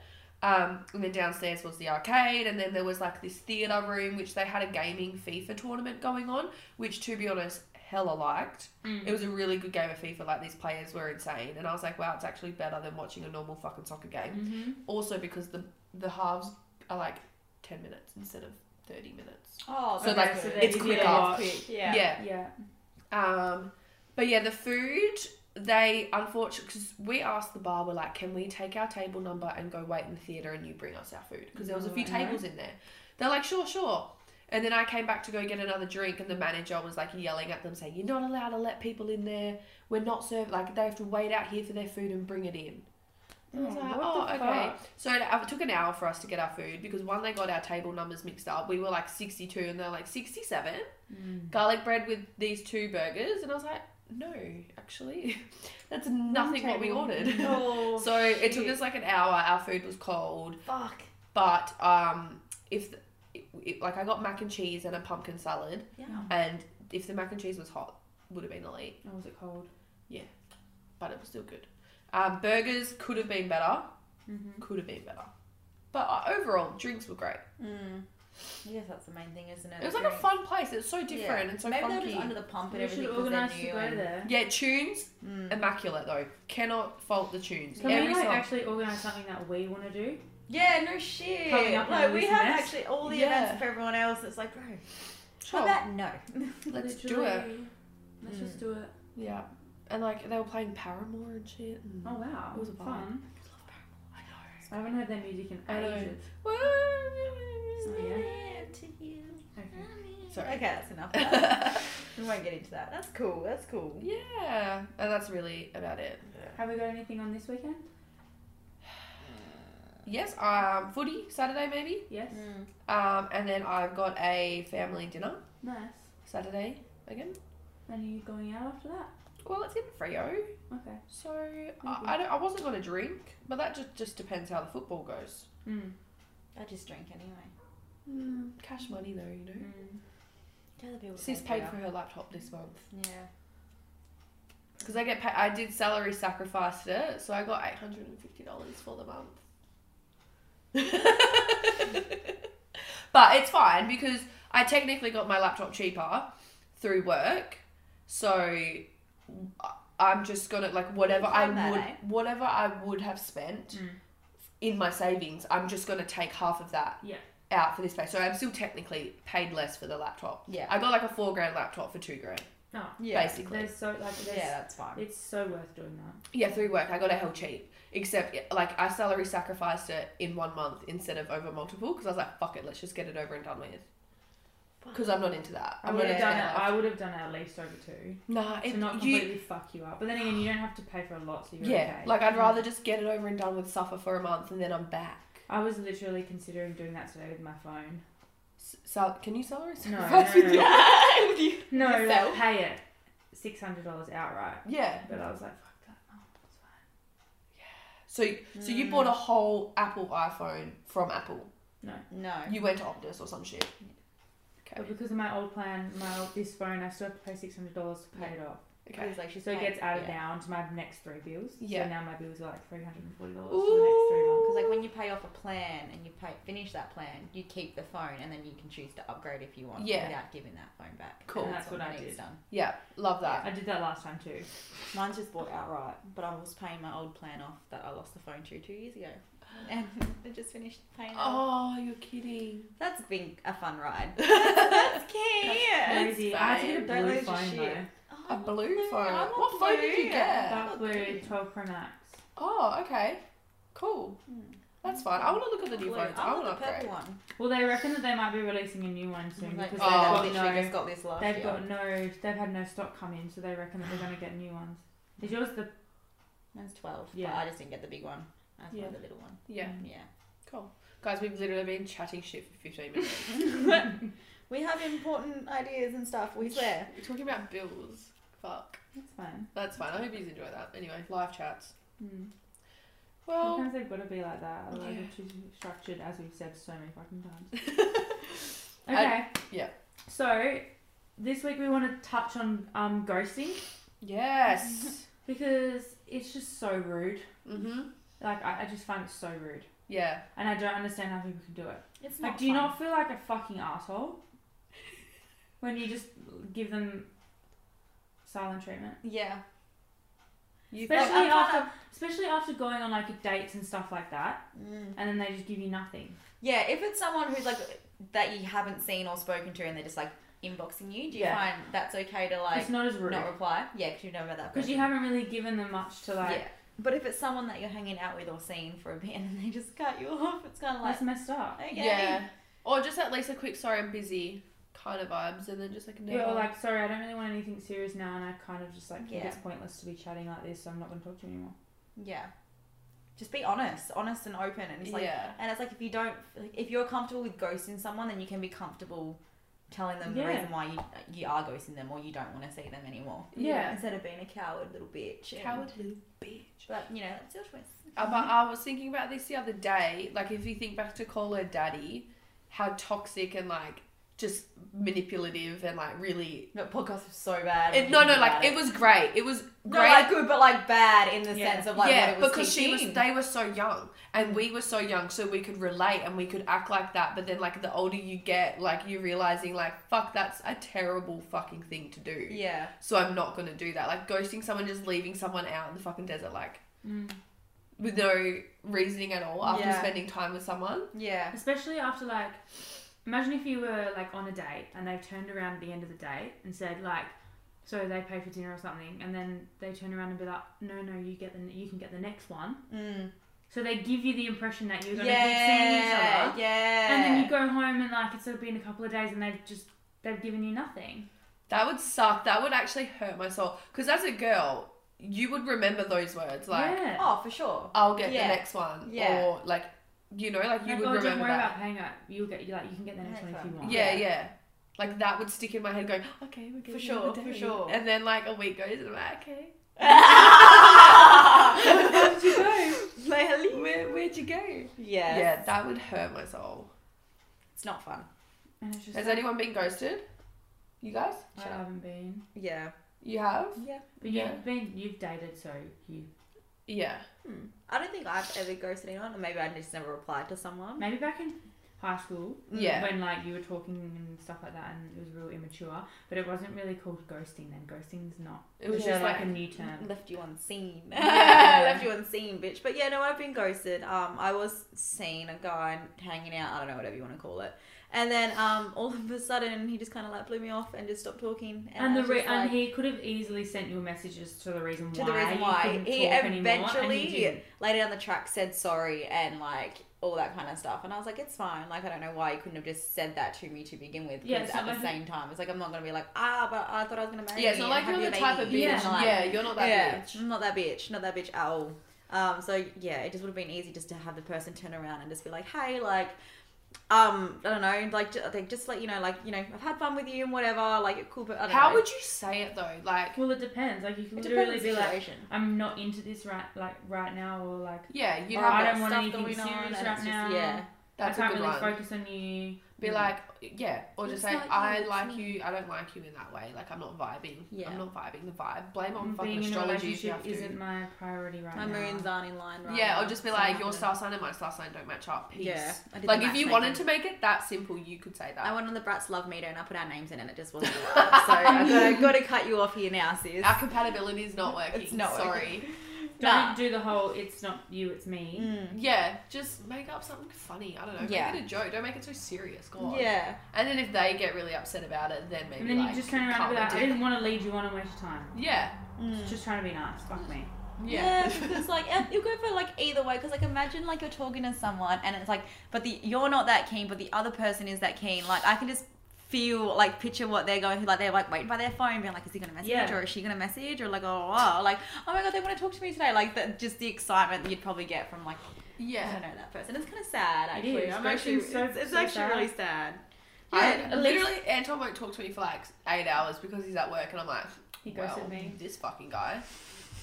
[SPEAKER 3] Um, and then downstairs was the arcade, and then there was like this theater room, which they had a gaming FIFA tournament going on, which to be honest, hella liked.
[SPEAKER 4] Mm.
[SPEAKER 3] It was a really good game of FIFA. Like these players were insane, and I was like, wow, it's actually better than watching a normal fucking soccer game.
[SPEAKER 4] hmm
[SPEAKER 3] Also because the the halves are like ten minutes instead of thirty minutes.
[SPEAKER 2] Oh,
[SPEAKER 3] So,
[SPEAKER 2] that's
[SPEAKER 4] like,
[SPEAKER 2] good.
[SPEAKER 4] it's
[SPEAKER 2] Yeah,
[SPEAKER 3] quicker.
[SPEAKER 2] it's quick, Yeah.
[SPEAKER 3] yeah.
[SPEAKER 4] Yeah.
[SPEAKER 3] Um, but yeah, the food they unfortunately because we asked the bar, we're like, can we take our table number and go wait in the theater and you bring us our food? Because there was a few
[SPEAKER 4] Right.
[SPEAKER 3] tables in there. They're like, sure, sure. And then I came back to go get another drink, and the manager was like yelling at them, saying, "You're not allowed to let people in there. We're not served. Like they have to wait out here for their food and bring it in." And I was
[SPEAKER 4] Oh,
[SPEAKER 3] like,
[SPEAKER 4] what
[SPEAKER 3] "Oh,
[SPEAKER 4] the
[SPEAKER 3] okay."
[SPEAKER 4] fuck?
[SPEAKER 3] So it, it took an hour for us to get our food because one, they got our table numbers mixed up. We were like sixty-two, and they're like sixty-seven
[SPEAKER 2] Mm.
[SPEAKER 3] garlic bread with these two burgers and i was like no actually that's nothing what we
[SPEAKER 4] table.
[SPEAKER 3] ordered
[SPEAKER 2] Oh,
[SPEAKER 3] so it took
[SPEAKER 2] shit.
[SPEAKER 3] us like an hour our food was cold
[SPEAKER 2] Fuck.
[SPEAKER 3] but um if the, it, it- like i got mac and cheese and a pumpkin salad
[SPEAKER 2] Yeah.
[SPEAKER 3] and if the mac and cheese was hot would have been elite,
[SPEAKER 4] Oh, was it cold?
[SPEAKER 3] but it was still good. Um, burgers could have been better,
[SPEAKER 4] Mm-hmm.
[SPEAKER 3] could have been better, but uh, overall drinks were great.
[SPEAKER 2] Mm. I guess that's the main thing, isn't it?
[SPEAKER 3] It was
[SPEAKER 2] The
[SPEAKER 3] like a
[SPEAKER 2] drink.
[SPEAKER 3] fun place. It's so different
[SPEAKER 2] Yeah.
[SPEAKER 3] and so
[SPEAKER 2] Maybe they were
[SPEAKER 3] funky.
[SPEAKER 2] just under the pump and
[SPEAKER 4] We should
[SPEAKER 2] everything. 'cause
[SPEAKER 4] organise
[SPEAKER 2] they're
[SPEAKER 4] to
[SPEAKER 2] new
[SPEAKER 4] go
[SPEAKER 3] um,
[SPEAKER 2] and-
[SPEAKER 4] there.
[SPEAKER 3] yeah, tunes
[SPEAKER 2] Mm.
[SPEAKER 3] immaculate though. Cannot fault the tunes.
[SPEAKER 4] Can
[SPEAKER 3] Every
[SPEAKER 4] we like
[SPEAKER 3] song.
[SPEAKER 4] actually organise something that we want to do?
[SPEAKER 2] Yeah, no shit.
[SPEAKER 4] Coming up
[SPEAKER 2] like
[SPEAKER 4] on
[SPEAKER 2] we
[SPEAKER 4] this
[SPEAKER 2] have
[SPEAKER 4] mess.
[SPEAKER 2] actually all the
[SPEAKER 3] Yeah.
[SPEAKER 2] events for everyone else. It's like, bro,
[SPEAKER 3] Sure.
[SPEAKER 2] how about no?
[SPEAKER 3] Let's do it.
[SPEAKER 4] Literally. Let's
[SPEAKER 2] Mm.
[SPEAKER 4] just do it.
[SPEAKER 3] Yeah. And like they were playing Paramore and shit. And...
[SPEAKER 4] Oh wow,
[SPEAKER 3] It was a vibe.
[SPEAKER 4] fun.
[SPEAKER 3] I know.
[SPEAKER 4] I haven't heard their music in
[SPEAKER 3] I know.
[SPEAKER 4] ages. Okay.
[SPEAKER 3] Sorry.
[SPEAKER 2] Okay, that's enough. of that. we won't get into that. That's cool. That's cool.
[SPEAKER 3] yeah, and that's really about it.
[SPEAKER 4] Have we got anything on this weekend?
[SPEAKER 3] Yes, um, footy Saturday maybe,
[SPEAKER 4] Yes.
[SPEAKER 2] Mm.
[SPEAKER 3] um, and then I've got a family dinner
[SPEAKER 4] Nice.
[SPEAKER 3] Saturday again.
[SPEAKER 4] And are you going out after that?
[SPEAKER 3] Well, it's in Frio,
[SPEAKER 4] Okay.
[SPEAKER 3] so I, I, don't, I wasn't gonna drink, but that just just depends how the football goes.
[SPEAKER 4] Mm.
[SPEAKER 2] I just drink anyway.
[SPEAKER 4] Hmm.
[SPEAKER 3] Mm, cash money though, you know.
[SPEAKER 4] Mm.
[SPEAKER 2] Tell the
[SPEAKER 4] Hmm.
[SPEAKER 2] people. to
[SPEAKER 3] She's
[SPEAKER 2] pay
[SPEAKER 3] paid
[SPEAKER 2] for
[SPEAKER 3] for her laptop this month.
[SPEAKER 2] it. Yeah.
[SPEAKER 3] Because I get paid, I did salary sacrifice it, so I got eight hundred and fifty dollars for the month. but it's fine because I technically got my laptop cheaper through work, so I- I'm just gonna like whatever I
[SPEAKER 2] Find that,
[SPEAKER 3] would,
[SPEAKER 2] eh?
[SPEAKER 3] whatever I would have spent
[SPEAKER 4] Mm.
[SPEAKER 3] in my savings, I'm just gonna take half of that
[SPEAKER 4] Yeah.
[SPEAKER 3] out for this pay. So I'm still technically paid less for the laptop.
[SPEAKER 2] Yeah.
[SPEAKER 3] I got like a four grand laptop for two grand,
[SPEAKER 4] No.
[SPEAKER 2] Yeah.
[SPEAKER 3] basically.
[SPEAKER 4] There's so like there's,
[SPEAKER 2] Yeah, that's fine.
[SPEAKER 4] It's so worth doing that.
[SPEAKER 3] Yeah, through work, I got a hell cheap. Except, like, I salary sacrificed it in one month instead of over multiple because I was like, fuck it, let's just get it over and done with. Because I'm not into that.
[SPEAKER 4] I
[SPEAKER 3] I'm
[SPEAKER 4] would
[SPEAKER 3] not
[SPEAKER 4] have
[SPEAKER 3] into
[SPEAKER 4] Oh, done
[SPEAKER 3] that
[SPEAKER 4] it.
[SPEAKER 3] life.
[SPEAKER 4] I would have done at least over two.
[SPEAKER 3] Nah,
[SPEAKER 4] to
[SPEAKER 3] it,
[SPEAKER 4] not
[SPEAKER 3] you,
[SPEAKER 4] completely fuck you up. But then again, you don't have to pay for a lot, so you're
[SPEAKER 3] yeah,
[SPEAKER 4] okay.
[SPEAKER 3] like, I'd rather just get it over and done with, suffer for a month, and then I'm back.
[SPEAKER 4] I was literally considering doing that today with my phone.
[SPEAKER 3] S- Sal- can you salary
[SPEAKER 4] No,
[SPEAKER 3] sacrifice
[SPEAKER 4] no,
[SPEAKER 3] with
[SPEAKER 4] no.
[SPEAKER 3] that? Would you-
[SPEAKER 4] No,
[SPEAKER 3] Yourself?
[SPEAKER 4] like, pay it six hundred dollars outright.
[SPEAKER 3] yeah.
[SPEAKER 4] But I was like, fuck that. Oh, it's fine.
[SPEAKER 3] So, so you bought a
[SPEAKER 2] Mm.
[SPEAKER 4] Mm.
[SPEAKER 3] whole Apple iPhone from Apple.
[SPEAKER 2] No.
[SPEAKER 3] You went to Optus or some shit.
[SPEAKER 4] But
[SPEAKER 3] Okay.
[SPEAKER 4] because of my old plan, my old, this phone, I still have to pay six hundred dollars to pay it off.
[SPEAKER 3] Okay.
[SPEAKER 2] It's like she's
[SPEAKER 4] So it
[SPEAKER 2] paid.
[SPEAKER 4] gets added
[SPEAKER 2] yeah.
[SPEAKER 4] down to my next three bills.
[SPEAKER 3] Yeah.
[SPEAKER 4] So now my bills are like three hundred and forty dollars for the next three months.
[SPEAKER 2] Because like when you pay off a plan and you pay finish that plan, you keep the phone and then you can choose to upgrade if you want
[SPEAKER 3] Yeah.
[SPEAKER 2] without giving that phone back.
[SPEAKER 3] Cool.
[SPEAKER 2] And
[SPEAKER 4] That's what I
[SPEAKER 2] Monique's
[SPEAKER 4] did.
[SPEAKER 2] Done.
[SPEAKER 3] Yeah, love that.
[SPEAKER 4] I did that last time too.
[SPEAKER 2] Mine's just bought outright, but I was paying my old plan off that I lost the phone to two years ago, and I just finished paying. it off.
[SPEAKER 3] Oh, you're kidding.
[SPEAKER 2] That's been a fun ride. That's cute.
[SPEAKER 4] Crazy. I had to get
[SPEAKER 2] fine.
[SPEAKER 4] a blue
[SPEAKER 2] Don't lose your
[SPEAKER 4] phone
[SPEAKER 2] shit.
[SPEAKER 4] though.
[SPEAKER 2] Oh,
[SPEAKER 3] A blue phone.
[SPEAKER 2] I want
[SPEAKER 3] What phone did you
[SPEAKER 2] blue.
[SPEAKER 3] get?
[SPEAKER 4] Dark blue
[SPEAKER 2] blue.
[SPEAKER 4] twelve Pro Max.
[SPEAKER 3] Oh, okay. Cool.
[SPEAKER 2] Hmm.
[SPEAKER 3] That's fine. I want to look at the new
[SPEAKER 2] Blue.
[SPEAKER 3] phones. I
[SPEAKER 2] I
[SPEAKER 3] want
[SPEAKER 2] want
[SPEAKER 3] to
[SPEAKER 2] the purple
[SPEAKER 3] upgrade.
[SPEAKER 2] one.
[SPEAKER 4] Well, they reckon that they might be releasing a new one soon
[SPEAKER 2] Like,
[SPEAKER 4] because
[SPEAKER 2] so
[SPEAKER 3] Oh.
[SPEAKER 2] they've
[SPEAKER 4] they've got
[SPEAKER 2] literally
[SPEAKER 4] no
[SPEAKER 2] just got this last
[SPEAKER 4] They've
[SPEAKER 2] year.
[SPEAKER 4] got no. They've had no stock come in, so they reckon that they're going to get new ones. Is yours the?
[SPEAKER 2] Mine's twelve.
[SPEAKER 4] Yeah.
[SPEAKER 2] But I just didn't get the big one. I just wanted the little one.
[SPEAKER 3] Yeah,
[SPEAKER 4] Mm,
[SPEAKER 2] Yeah.
[SPEAKER 3] cool. Guys, we've literally been chatting shit for 15 minutes.
[SPEAKER 2] We have important ideas and stuff, we swear.
[SPEAKER 3] We're talking about bills. Fuck.
[SPEAKER 4] That's fine.
[SPEAKER 3] That's fine. I hope you enjoy that. Anyway, live chats.
[SPEAKER 4] Mm.
[SPEAKER 3] Well,
[SPEAKER 4] Sometimes they've got to be like that. Otherwise,
[SPEAKER 3] Yeah.
[SPEAKER 4] it's too structured, as we've said so many fucking times.
[SPEAKER 3] I-
[SPEAKER 4] Okay.
[SPEAKER 3] yeah.
[SPEAKER 4] So, this week we want to touch on um, ghosting
[SPEAKER 3] yes.
[SPEAKER 4] because it's just so rude.
[SPEAKER 3] mm-hmm.
[SPEAKER 4] Like I, I just find it so rude,
[SPEAKER 3] Yeah.
[SPEAKER 4] and I don't understand how people can do it.
[SPEAKER 2] It's
[SPEAKER 4] Like, do you not feel like a fucking asshole when you just give them silent treatment?
[SPEAKER 2] Yeah.
[SPEAKER 3] You
[SPEAKER 2] But-
[SPEAKER 4] Especially
[SPEAKER 2] I'm
[SPEAKER 4] after,
[SPEAKER 2] trying
[SPEAKER 4] especially after going on like dates and stuff like that, and then they just give you nothing.
[SPEAKER 2] Mm. Yeah, if it's someone who's like that you haven't seen or spoken to and they're just like inboxing you, do you
[SPEAKER 4] Yeah.
[SPEAKER 2] find that's okay to like
[SPEAKER 4] it's not as rude
[SPEAKER 2] not reply? Yeah, because you know about that.
[SPEAKER 4] because you
[SPEAKER 2] person.
[SPEAKER 4] haven't really given them much to like.
[SPEAKER 2] Yeah. But if it's someone that you're hanging out with or seeing for a bit and then they just cut you off, it's kind of like,
[SPEAKER 4] That's messed up.
[SPEAKER 2] okay.
[SPEAKER 3] yeah. Or just at least a quick sorry I'm busy kind of vibes, and then just like no.
[SPEAKER 4] Yeah, or like, sorry, I don't really want anything serious now, and I kind of just like think
[SPEAKER 2] Yeah.
[SPEAKER 4] it's pointless to be chatting like this, so I'm not going to talk to you anymore.
[SPEAKER 2] Yeah. Just be honest, honest and open. And it's like,
[SPEAKER 3] yeah.
[SPEAKER 2] And it's like if you don't, like, if you're comfortable with ghosting someone, then you can be comfortable telling them
[SPEAKER 4] Yeah.
[SPEAKER 2] the reason why you you are ghosting them or you don't want to see them anymore.
[SPEAKER 4] Yeah.
[SPEAKER 2] Instead of being a coward little bitch. and-
[SPEAKER 3] Cowardly bitch.
[SPEAKER 2] But you know that's your choice.
[SPEAKER 3] Uh, But I was thinking about this the other day. Like, if you think back to Call Her Daddy, how toxic and like just manipulative and like really.
[SPEAKER 2] No, podcast was so bad.
[SPEAKER 3] It, no, no, like it was great. It was
[SPEAKER 2] no,
[SPEAKER 3] great.
[SPEAKER 2] like good, but like bad in the
[SPEAKER 4] Yeah.
[SPEAKER 2] sense of like
[SPEAKER 3] yeah,
[SPEAKER 2] what it was
[SPEAKER 3] because
[SPEAKER 2] teaching.
[SPEAKER 3] she was. They were so young, and we were so young, so we could relate and we could act like that. But then, like the older you get, like you're realizing, like fuck, that's a terrible fucking thing to do.
[SPEAKER 2] yeah,
[SPEAKER 3] So I'm not gonna do that. Like ghosting someone, just leaving someone out in the fucking desert, like
[SPEAKER 4] Mm.
[SPEAKER 3] with no reasoning at all after
[SPEAKER 2] Yeah.
[SPEAKER 3] spending time with someone.
[SPEAKER 2] yeah,
[SPEAKER 4] Especially after like, imagine if you were like on a date and they turned around at the end of the date and said like, so they pay for dinner or something, and then they turn around and be like, no, no, you get the you can get the next one.
[SPEAKER 2] mm.
[SPEAKER 4] So they give you the impression that you're
[SPEAKER 2] yeah,
[SPEAKER 4] gonna keep seeing each other,
[SPEAKER 2] yeah.
[SPEAKER 4] and then you go home and like it's been a couple of days and they've just they've given you nothing.
[SPEAKER 3] That would suck. That would actually hurt my soul. Because as a girl, you would remember those words like
[SPEAKER 4] yeah.
[SPEAKER 2] Oh, for sure.
[SPEAKER 3] I'll get
[SPEAKER 2] Yeah.
[SPEAKER 3] the next one,
[SPEAKER 2] Yeah.
[SPEAKER 3] or like you know, like you
[SPEAKER 4] Like,
[SPEAKER 3] would
[SPEAKER 4] oh, don't
[SPEAKER 3] remember
[SPEAKER 4] worry
[SPEAKER 3] that.
[SPEAKER 4] about paying it. You'll get you like you can get the next one if you want.
[SPEAKER 3] Yeah,
[SPEAKER 2] Yeah.
[SPEAKER 3] yeah, Like that would stick in my head, going, "Okay, we're good."
[SPEAKER 2] For sure, for sure.
[SPEAKER 3] And then like a week goes, and I'm like, "Okay,
[SPEAKER 4] Where did you go?
[SPEAKER 2] Lily.
[SPEAKER 3] where where'd you go?"
[SPEAKER 2] Yes.
[SPEAKER 3] Yeah, that would hurt my soul.
[SPEAKER 2] It's not fun.
[SPEAKER 4] And it's just
[SPEAKER 3] Has
[SPEAKER 4] like,
[SPEAKER 3] anyone been ghosted? You guys?
[SPEAKER 4] I haven't been.
[SPEAKER 2] Yeah.
[SPEAKER 3] You have?
[SPEAKER 2] Yeah.
[SPEAKER 4] But
[SPEAKER 3] Yeah.
[SPEAKER 4] you've been you've dated so you
[SPEAKER 3] Yeah.
[SPEAKER 2] Hmm. I don't think I've ever ghosted anyone, or maybe I just never replied to someone.
[SPEAKER 4] maybe back in high school
[SPEAKER 3] Yeah.
[SPEAKER 4] when like you were talking and stuff like that and it was real immature but it wasn't really called ghosting then ghosting's not
[SPEAKER 3] It was just
[SPEAKER 4] like,
[SPEAKER 3] like,
[SPEAKER 4] a new term
[SPEAKER 2] Left you unseen.
[SPEAKER 3] Yeah.
[SPEAKER 2] Left you unseen, bitch. But yeah, no, I've been ghosted. Um, I was seeing a guy hanging out. I don't know whatever you want to call it. And then um, all of a sudden, he just kind of like blew me off and just stopped talking.
[SPEAKER 4] and
[SPEAKER 2] I
[SPEAKER 4] the
[SPEAKER 2] was
[SPEAKER 4] re-
[SPEAKER 2] just
[SPEAKER 4] and
[SPEAKER 2] like-
[SPEAKER 4] he could have easily sent you messages to the reason
[SPEAKER 2] To
[SPEAKER 4] why
[SPEAKER 2] the reason
[SPEAKER 4] you
[SPEAKER 2] why.
[SPEAKER 4] couldn't
[SPEAKER 2] He
[SPEAKER 4] talk anymore, and
[SPEAKER 2] eventually-
[SPEAKER 4] he didn't.
[SPEAKER 2] later down the track said sorry and like all that kind of stuff. And I was like, it's fine. Like, I don't know why you couldn't have just said that to me to begin with.
[SPEAKER 4] Yeah,
[SPEAKER 2] Because
[SPEAKER 4] it's
[SPEAKER 2] at
[SPEAKER 4] not
[SPEAKER 2] the
[SPEAKER 4] like-
[SPEAKER 2] same time, it's like, I'm not going to be like, ah, but I thought I was going to marry
[SPEAKER 3] yeah, it's
[SPEAKER 2] you.
[SPEAKER 3] not like
[SPEAKER 2] and
[SPEAKER 3] you're the
[SPEAKER 2] have
[SPEAKER 3] type
[SPEAKER 2] your
[SPEAKER 3] of bitch.
[SPEAKER 2] baby."
[SPEAKER 3] Yeah,
[SPEAKER 2] And, like,
[SPEAKER 3] you're not that
[SPEAKER 2] yeah,
[SPEAKER 3] bitch.
[SPEAKER 2] I'm not that bitch. Not that bitch at all. Um, so yeah, it just would have been easy just to have the person turn around and just be like, hey, like, um, I don't know, like, just, like, just let you know, like, you know, I've had fun with you and whatever, like, it cool, but I don't
[SPEAKER 3] How
[SPEAKER 2] know.
[SPEAKER 3] would you say it though? Like,
[SPEAKER 4] well it depends like you could
[SPEAKER 2] it
[SPEAKER 4] literally
[SPEAKER 2] depends
[SPEAKER 4] be
[SPEAKER 2] on the
[SPEAKER 4] like
[SPEAKER 2] situation.
[SPEAKER 4] i'm not into this right like right now or like
[SPEAKER 3] yeah, you'd
[SPEAKER 4] or
[SPEAKER 3] have
[SPEAKER 4] i
[SPEAKER 3] that.
[SPEAKER 4] don't want
[SPEAKER 2] stuff
[SPEAKER 4] anything
[SPEAKER 2] going
[SPEAKER 4] serious
[SPEAKER 2] on, and it's
[SPEAKER 4] right
[SPEAKER 2] just-
[SPEAKER 4] now
[SPEAKER 2] yeah.
[SPEAKER 3] That's
[SPEAKER 4] i
[SPEAKER 3] a
[SPEAKER 4] can't
[SPEAKER 3] good
[SPEAKER 4] really
[SPEAKER 3] one.
[SPEAKER 4] focus on you
[SPEAKER 3] Be
[SPEAKER 2] Mm.
[SPEAKER 3] like, yeah, or
[SPEAKER 2] It's
[SPEAKER 3] just say,
[SPEAKER 2] like, yeah,
[SPEAKER 3] I
[SPEAKER 2] it's
[SPEAKER 3] like
[SPEAKER 2] me.
[SPEAKER 3] you. I don't like you in that way. Like, I'm not vibing.
[SPEAKER 2] Yeah.
[SPEAKER 3] I'm not vibing the vibe. Blame it on fucking
[SPEAKER 4] Mm, being in a
[SPEAKER 3] astrology if you
[SPEAKER 4] relationship
[SPEAKER 3] have to.
[SPEAKER 4] isn't my priority right
[SPEAKER 2] My
[SPEAKER 4] now
[SPEAKER 2] moons aren't in line right
[SPEAKER 3] yeah,
[SPEAKER 2] now.
[SPEAKER 3] or just be
[SPEAKER 2] so
[SPEAKER 3] like,
[SPEAKER 2] I'm
[SPEAKER 3] your
[SPEAKER 2] gonna-
[SPEAKER 3] star sign and my star sign don't match up. Peace.
[SPEAKER 2] Yeah. I did the
[SPEAKER 3] Like, if you wanted to
[SPEAKER 2] matchmaking.
[SPEAKER 3] make it that simple, you could say that.
[SPEAKER 2] I went on the Brats Love Meter and I put our names in and it just wasn't. so I've got, I've got to cut you off here now, sis.
[SPEAKER 3] Our compatibility is not working.
[SPEAKER 2] It's not
[SPEAKER 3] Sorry.
[SPEAKER 4] Don't
[SPEAKER 2] Nah.
[SPEAKER 4] do the whole it's not you, it's me.
[SPEAKER 2] Mm.
[SPEAKER 3] Yeah, just make up something funny. I don't know.
[SPEAKER 2] Yeah.
[SPEAKER 3] Make it a joke. Don't make it so serious. God.
[SPEAKER 2] Yeah.
[SPEAKER 3] And then if they get really upset about it, then maybe
[SPEAKER 4] And then
[SPEAKER 3] like,
[SPEAKER 4] you just turn around and be
[SPEAKER 3] can't
[SPEAKER 4] like, I
[SPEAKER 3] we do
[SPEAKER 4] didn't want to lead you on and waste your time.
[SPEAKER 3] it? Yeah.
[SPEAKER 2] Mm.
[SPEAKER 4] Just trying to be nice. Fuck me.
[SPEAKER 2] Yeah,
[SPEAKER 3] Yeah.
[SPEAKER 2] because like eh, you go for like either way. Because like imagine like you're talking to someone and it's like, but the you're not that keen, but the other person is that keen. Like I can just feel like picture what they're going through. Like they're like waiting by their phone, being like, is he gonna message
[SPEAKER 4] Yeah.
[SPEAKER 2] or is she gonna message or like oh wow, like oh my god, they want to talk to me today. Like the, just the excitement that you'd probably get from like I
[SPEAKER 3] yeah.
[SPEAKER 2] don't know that person. It's kind of sad
[SPEAKER 4] It
[SPEAKER 2] actually.
[SPEAKER 4] is.
[SPEAKER 2] I'm actually
[SPEAKER 4] Ghosting's
[SPEAKER 2] it's,
[SPEAKER 4] so-
[SPEAKER 2] it's
[SPEAKER 4] so
[SPEAKER 2] actually
[SPEAKER 4] sad.
[SPEAKER 2] really sad.
[SPEAKER 3] I,
[SPEAKER 4] at least-
[SPEAKER 3] literally, Anton won't talk to me for like eight hours because he's at work, and I'm like,
[SPEAKER 4] He
[SPEAKER 3] well,
[SPEAKER 4] ghosted me.
[SPEAKER 3] This fucking guy.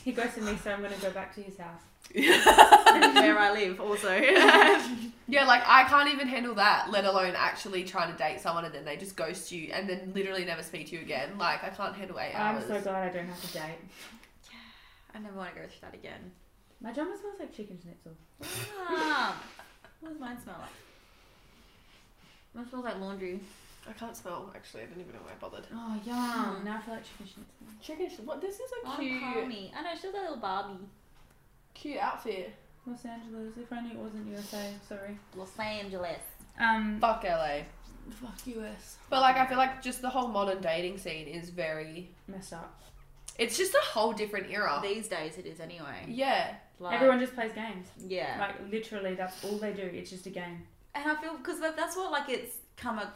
[SPEAKER 4] He ghosted me, so I'm going to go back to his house.
[SPEAKER 2] where I live also.
[SPEAKER 3] Yeah, like I can't even handle that, let alone actually trying to date someone and then they just ghost you and then literally never speak to you again. Like I can't handle eight
[SPEAKER 4] I'm
[SPEAKER 3] hours.
[SPEAKER 4] so glad I don't have to date.
[SPEAKER 2] I never want to go through that again.
[SPEAKER 4] My jumper smells like chicken schnitzel.
[SPEAKER 2] Mom, what does mine smell like? Mine smells like laundry.
[SPEAKER 3] I can't smell. Actually, I didn't even know why I bothered.
[SPEAKER 4] Oh, yum. Now I feel like chicken schnitzel.
[SPEAKER 3] Chicken. What? This is
[SPEAKER 2] Oh, Palmy. I know she's a little Barbie.
[SPEAKER 3] cute outfit.
[SPEAKER 4] Los Angeles. If I knew it wasn't USA. Sorry.
[SPEAKER 2] Los Angeles.
[SPEAKER 4] Um,
[SPEAKER 3] Fuck LA.
[SPEAKER 4] fuck US.
[SPEAKER 3] But like I feel like just the whole modern dating scene is very
[SPEAKER 4] Messed up.
[SPEAKER 3] it's just a whole different era.
[SPEAKER 2] These days it is anyway.
[SPEAKER 3] Yeah.
[SPEAKER 2] Like,
[SPEAKER 4] Everyone just plays games.
[SPEAKER 2] Yeah.
[SPEAKER 4] Like, literally, that's all they do. It's just a game.
[SPEAKER 2] and I feel because that's what like it's come a.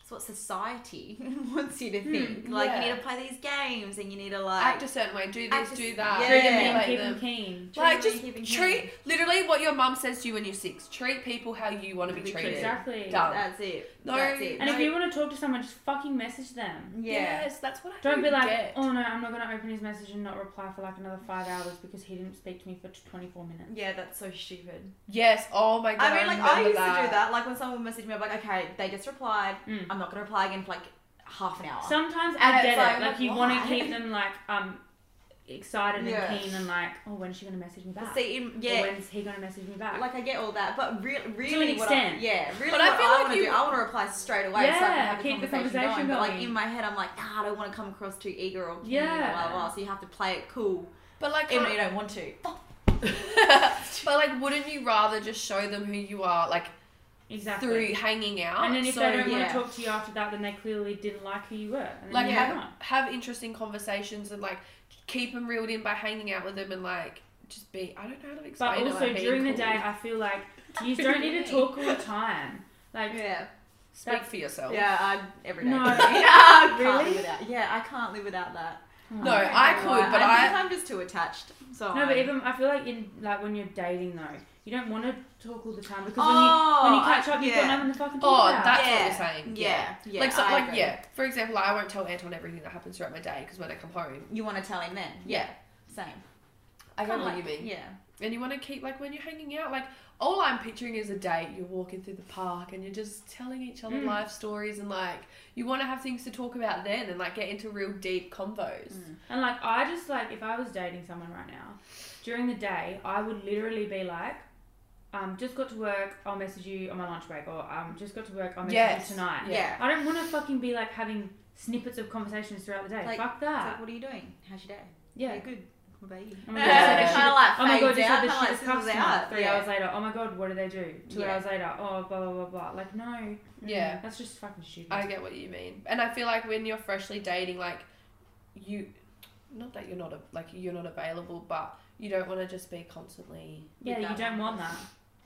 [SPEAKER 2] It's what society wants you to
[SPEAKER 4] Hmm,
[SPEAKER 2] think. like
[SPEAKER 3] yeah.
[SPEAKER 2] you need to play these games and you need to like.
[SPEAKER 3] Act a certain way, do this,
[SPEAKER 2] Act a-
[SPEAKER 3] do that.
[SPEAKER 2] yeah.
[SPEAKER 4] Treat 'em
[SPEAKER 2] Yeah.
[SPEAKER 4] mean,
[SPEAKER 3] manipulate
[SPEAKER 4] keep 'em
[SPEAKER 3] them.
[SPEAKER 4] keen.
[SPEAKER 3] Like
[SPEAKER 2] Treat 'em
[SPEAKER 3] just
[SPEAKER 2] and keep 'em
[SPEAKER 3] treat literally what your mum says to you when you're six. Treat people how you want to be
[SPEAKER 2] Be
[SPEAKER 3] treated.
[SPEAKER 2] treated.
[SPEAKER 4] Exactly.
[SPEAKER 3] Done.
[SPEAKER 2] That's it.
[SPEAKER 3] No.
[SPEAKER 2] That's it.
[SPEAKER 4] And if
[SPEAKER 3] No.
[SPEAKER 4] you want to talk to someone, just fucking message them.
[SPEAKER 2] yeah.
[SPEAKER 3] Yes, that's what I
[SPEAKER 4] Don't be like,
[SPEAKER 3] get.
[SPEAKER 4] oh no, I'm not going to open his message and not reply for like another five hours because he didn't speak to me for t- 24 minutes.
[SPEAKER 2] Yeah, that's so stupid.
[SPEAKER 3] Yes. Oh my god.
[SPEAKER 2] I mean, like I
[SPEAKER 3] remember
[SPEAKER 2] used to do that. Like when someone would message me, I'm like, okay, they just replied.
[SPEAKER 4] Mm.
[SPEAKER 2] I'm not gonna reply again for like half an hour.
[SPEAKER 4] Sometimes
[SPEAKER 2] Uh-huh. And
[SPEAKER 4] I
[SPEAKER 2] it's
[SPEAKER 4] get
[SPEAKER 2] like,
[SPEAKER 4] it. Like you want
[SPEAKER 2] why?
[SPEAKER 4] to keep them like um excited
[SPEAKER 2] Yeah.
[SPEAKER 4] and keen and like, oh, when's she gonna message me back?
[SPEAKER 2] See, in-
[SPEAKER 4] Or
[SPEAKER 2] yeah,
[SPEAKER 4] when's he gonna message me back?
[SPEAKER 2] like I get all that, but re- really, what I,
[SPEAKER 4] extent.
[SPEAKER 2] yeah, really, what
[SPEAKER 3] But I
[SPEAKER 2] I,
[SPEAKER 3] feel like
[SPEAKER 2] want to
[SPEAKER 3] you-
[SPEAKER 2] do, I want to reply straight away. so I can
[SPEAKER 4] Yeah,
[SPEAKER 2] have the
[SPEAKER 4] keep the
[SPEAKER 2] conversation
[SPEAKER 4] conversation
[SPEAKER 2] But like
[SPEAKER 4] going.
[SPEAKER 2] in my head, I'm like, ah, I don't want to come across too eager or keen
[SPEAKER 4] Yeah.
[SPEAKER 2] blah, blah, blah. So you have to play it cool,
[SPEAKER 3] But like,
[SPEAKER 2] even though you don't want to.
[SPEAKER 3] but like, wouldn't you rather just show them who you are, like
[SPEAKER 4] exactly.
[SPEAKER 3] through hanging out?
[SPEAKER 4] and then if
[SPEAKER 3] So,
[SPEAKER 4] they don't want
[SPEAKER 2] yeah.
[SPEAKER 4] to talk to you after that, then they clearly didn't like who you were. And then
[SPEAKER 3] like
[SPEAKER 4] you
[SPEAKER 3] have
[SPEAKER 4] move on.
[SPEAKER 3] have interesting conversations and like keep them reeled in by hanging out with them and like just be. I don't know how to
[SPEAKER 4] But
[SPEAKER 3] explain. it,
[SPEAKER 4] also
[SPEAKER 3] like, being
[SPEAKER 4] during the
[SPEAKER 3] cool.
[SPEAKER 4] day, I feel like you don't need to talk all the time. Like
[SPEAKER 2] Yeah,
[SPEAKER 3] speak for yourself.
[SPEAKER 2] yeah, I every day.
[SPEAKER 4] No.
[SPEAKER 2] yeah, I can't
[SPEAKER 4] Really?
[SPEAKER 2] live without. Yeah, I can't live without that.
[SPEAKER 4] oh.
[SPEAKER 3] No, I could, but
[SPEAKER 2] I
[SPEAKER 3] I.
[SPEAKER 2] think I'm just too attached. So
[SPEAKER 4] No, but
[SPEAKER 2] I'm-
[SPEAKER 4] even I feel like in like when you're dating though, you don't want to talk all the time because
[SPEAKER 2] Oh,
[SPEAKER 4] when you when you catch up, you've
[SPEAKER 2] yeah.
[SPEAKER 4] got nothing to fucking talk
[SPEAKER 3] Oh,
[SPEAKER 4] about.
[SPEAKER 3] that's what
[SPEAKER 2] Yeah,
[SPEAKER 3] you're saying.
[SPEAKER 2] yeah, yeah,
[SPEAKER 3] like, so,
[SPEAKER 2] I
[SPEAKER 3] like
[SPEAKER 2] agree.
[SPEAKER 3] yeah. For example, like, I won't tell Anton everything that happens throughout my day because when I come home,
[SPEAKER 2] you want to tell him then.
[SPEAKER 3] yeah,
[SPEAKER 2] same.
[SPEAKER 3] I get
[SPEAKER 2] Kinda
[SPEAKER 3] what you
[SPEAKER 2] like-
[SPEAKER 3] mean.
[SPEAKER 2] Yeah.
[SPEAKER 3] And you want to keep like when you're hanging out, like all I'm picturing is a date. You're walking through the park and you're just telling each other
[SPEAKER 4] Mm.
[SPEAKER 3] life stories and like you want to have things to talk about then and like get into real deep convos.
[SPEAKER 2] Mm.
[SPEAKER 4] And like I just like if I was dating someone right now, during the day I would literally be like, um, just got to work, I'll message you on my lunch break, or um, just got to work, I'll message
[SPEAKER 3] Yes.
[SPEAKER 4] you tonight.
[SPEAKER 3] Yeah.
[SPEAKER 2] Yeah.
[SPEAKER 4] I don't want to fucking be like having snippets of conversations throughout the day.
[SPEAKER 2] Like-
[SPEAKER 4] Fuck
[SPEAKER 2] It's
[SPEAKER 3] Ah.
[SPEAKER 4] that.
[SPEAKER 2] like, what are you doing? How's your day?
[SPEAKER 4] yeah.
[SPEAKER 2] good. What about you?
[SPEAKER 4] Oh my God, just had
[SPEAKER 3] Yeah.
[SPEAKER 4] a shit-
[SPEAKER 2] Kinda like
[SPEAKER 4] oh my god,
[SPEAKER 2] fades
[SPEAKER 4] just
[SPEAKER 2] out,
[SPEAKER 4] had
[SPEAKER 2] kinda
[SPEAKER 4] the
[SPEAKER 2] like
[SPEAKER 4] shit
[SPEAKER 2] fizzles
[SPEAKER 4] customer.
[SPEAKER 2] out.
[SPEAKER 4] Three
[SPEAKER 2] Yeah.
[SPEAKER 4] hours later. Oh my god, what did they do? Two
[SPEAKER 2] Yeah.
[SPEAKER 4] hours later. Oh blah blah blah blah. Like no,
[SPEAKER 3] Yeah,
[SPEAKER 4] that's just fucking stupid.
[SPEAKER 3] I get what you mean. And I feel like when you're freshly dating, like you, not that you're not a, like you're not available, but you don't want to just be constantly.
[SPEAKER 4] yeah, you
[SPEAKER 2] that
[SPEAKER 4] don't
[SPEAKER 2] one.
[SPEAKER 4] want that.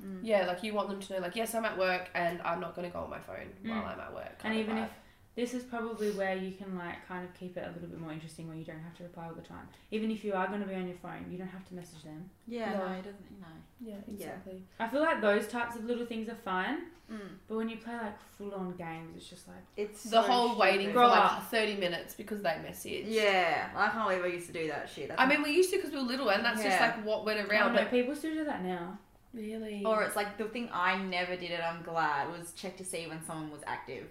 [SPEAKER 2] Mm.
[SPEAKER 3] Yeah, like you want them to know, like yes, I'm at work and I'm not gonna go on my phone while
[SPEAKER 4] Mm.
[SPEAKER 3] I'm at work.
[SPEAKER 4] And
[SPEAKER 3] kind of
[SPEAKER 4] even
[SPEAKER 3] vibe.
[SPEAKER 4] if this is probably where you can like kind of keep it a little bit more interesting, where you don't have to reply all the time. Even if you are going to be on your phone, you don't have to message them.
[SPEAKER 2] Yeah,
[SPEAKER 3] No.
[SPEAKER 2] no, it doesn't. No.
[SPEAKER 3] yeah, exactly.
[SPEAKER 4] I feel like those types of little things are fine,
[SPEAKER 2] Mm.
[SPEAKER 4] but when you play like full on games, it's just like
[SPEAKER 2] It's so
[SPEAKER 3] The whole
[SPEAKER 2] stupid.
[SPEAKER 3] waiting for
[SPEAKER 4] Grow
[SPEAKER 3] like
[SPEAKER 4] up.
[SPEAKER 3] 30 minutes because they message.
[SPEAKER 2] Yeah, I can't believe I used to do that shit. That's
[SPEAKER 3] I mean, we used to because we were little, and that's just
[SPEAKER 2] Yeah.
[SPEAKER 3] like what went
[SPEAKER 4] I
[SPEAKER 3] around.
[SPEAKER 4] don't know,
[SPEAKER 3] But
[SPEAKER 4] people still do that now.
[SPEAKER 3] really,
[SPEAKER 2] Or it's like the thing I never did, and I'm glad was check to see when someone was active.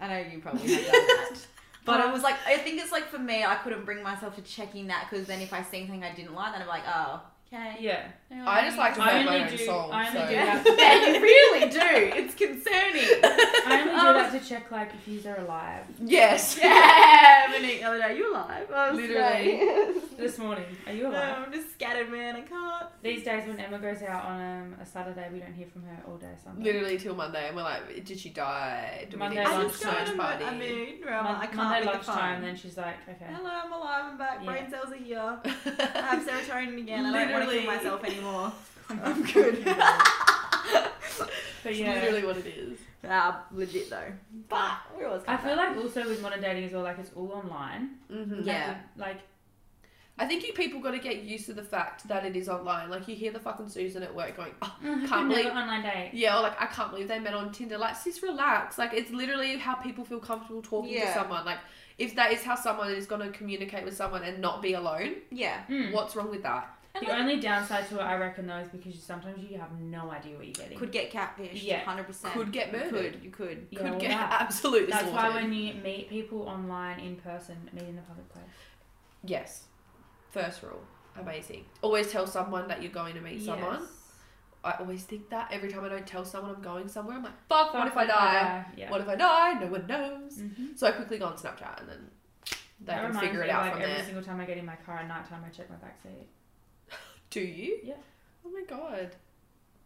[SPEAKER 2] I know you probably have done that, but it was like I think it's like for me, I couldn't bring myself to checking that because then if I seen something I didn't like, then I'm like, oh, okay.
[SPEAKER 4] Yeah,
[SPEAKER 2] no
[SPEAKER 3] I just like to
[SPEAKER 2] worries.
[SPEAKER 4] I
[SPEAKER 3] wear my
[SPEAKER 4] only
[SPEAKER 3] own
[SPEAKER 4] do-
[SPEAKER 3] soul.
[SPEAKER 4] I only
[SPEAKER 3] so.
[SPEAKER 4] do that.
[SPEAKER 2] yeah, you really do. It's concerning.
[SPEAKER 4] I only
[SPEAKER 2] Um,
[SPEAKER 4] do that to check like if yous are alive.
[SPEAKER 3] Yes.
[SPEAKER 2] Yeah, Monique, the other day, you live. I was
[SPEAKER 3] Literally.
[SPEAKER 2] like-
[SPEAKER 4] This morning, are you
[SPEAKER 2] No,
[SPEAKER 4] alive?
[SPEAKER 2] I'm just scattered, man. I can't.
[SPEAKER 4] These days, when Emma goes out on um, a Saturday, we don't hear from her all day Sunday.
[SPEAKER 3] Literally till Monday, and we're like, did she die? Do
[SPEAKER 4] Monday
[SPEAKER 3] we need
[SPEAKER 2] I
[SPEAKER 3] to
[SPEAKER 4] lunch
[SPEAKER 2] just
[SPEAKER 3] search
[SPEAKER 2] got in
[SPEAKER 3] party?
[SPEAKER 2] a a mood where I'm
[SPEAKER 4] Mon-
[SPEAKER 2] like, I can't
[SPEAKER 4] Monday
[SPEAKER 2] be the
[SPEAKER 4] lunchtime,
[SPEAKER 2] phone.
[SPEAKER 4] then she's like, okay.
[SPEAKER 2] Hello, I'm alive. I'm back.
[SPEAKER 4] Yeah.
[SPEAKER 2] Brain cells are here. I have serotonin again. I don't want to
[SPEAKER 3] Literally.
[SPEAKER 2] kill myself anymore. I'm good.
[SPEAKER 4] but
[SPEAKER 3] It's
[SPEAKER 4] yeah,
[SPEAKER 3] literally what it is.
[SPEAKER 2] nah, legit though. But we're always.
[SPEAKER 4] I
[SPEAKER 2] coming
[SPEAKER 4] feel
[SPEAKER 2] back.
[SPEAKER 4] like also with modern dating as well, like it's all online.
[SPEAKER 3] Mm-hmm.
[SPEAKER 2] Yeah.
[SPEAKER 4] Like,
[SPEAKER 3] I think you people got to get used to the fact that it is online. Like you hear the fucking Susan at work going, oh, can't believe
[SPEAKER 4] online date.
[SPEAKER 3] Yeah, or like I can't believe they met on Tinder. Like, sis, relax. Like, it's literally how people feel comfortable talking to
[SPEAKER 2] Yeah.
[SPEAKER 3] someone. Like, if that is how someone is going to communicate with someone and not be alone,
[SPEAKER 2] yeah.
[SPEAKER 4] Mm.
[SPEAKER 3] what's wrong with that?
[SPEAKER 2] And
[SPEAKER 4] The
[SPEAKER 2] like,
[SPEAKER 4] only downside to it, I reckon, though, is because you, sometimes you have no idea what you're getting.
[SPEAKER 2] could get catfished.
[SPEAKER 4] Yeah.
[SPEAKER 2] hundred percent.
[SPEAKER 3] Could get murdered.
[SPEAKER 2] Could you could.
[SPEAKER 4] Yeah,
[SPEAKER 3] Could
[SPEAKER 4] well,
[SPEAKER 3] get
[SPEAKER 4] that-
[SPEAKER 3] absolutely
[SPEAKER 4] That's why
[SPEAKER 3] slaughtered.
[SPEAKER 4] when you meet people online in person, meet in a public place.
[SPEAKER 3] Yes. First rule. Amazing. Always tell someone that you're going to meet someone.
[SPEAKER 4] Yes.
[SPEAKER 3] I always think that every time I don't tell someone I'm going somewhere, I'm like, fuck, what
[SPEAKER 4] Fuck,
[SPEAKER 3] if I die?
[SPEAKER 4] Yeah.
[SPEAKER 3] What if I die? No one knows.
[SPEAKER 4] Mhm.
[SPEAKER 3] So I quickly go on Snapchat and then they
[SPEAKER 4] That
[SPEAKER 3] can
[SPEAKER 4] reminds
[SPEAKER 3] figure it
[SPEAKER 4] me,
[SPEAKER 3] out
[SPEAKER 4] like,
[SPEAKER 3] from
[SPEAKER 4] every
[SPEAKER 3] there.
[SPEAKER 4] single time I get in my car at night time, I check my backseat.
[SPEAKER 3] Do you?
[SPEAKER 4] Yeah.
[SPEAKER 3] Oh my god.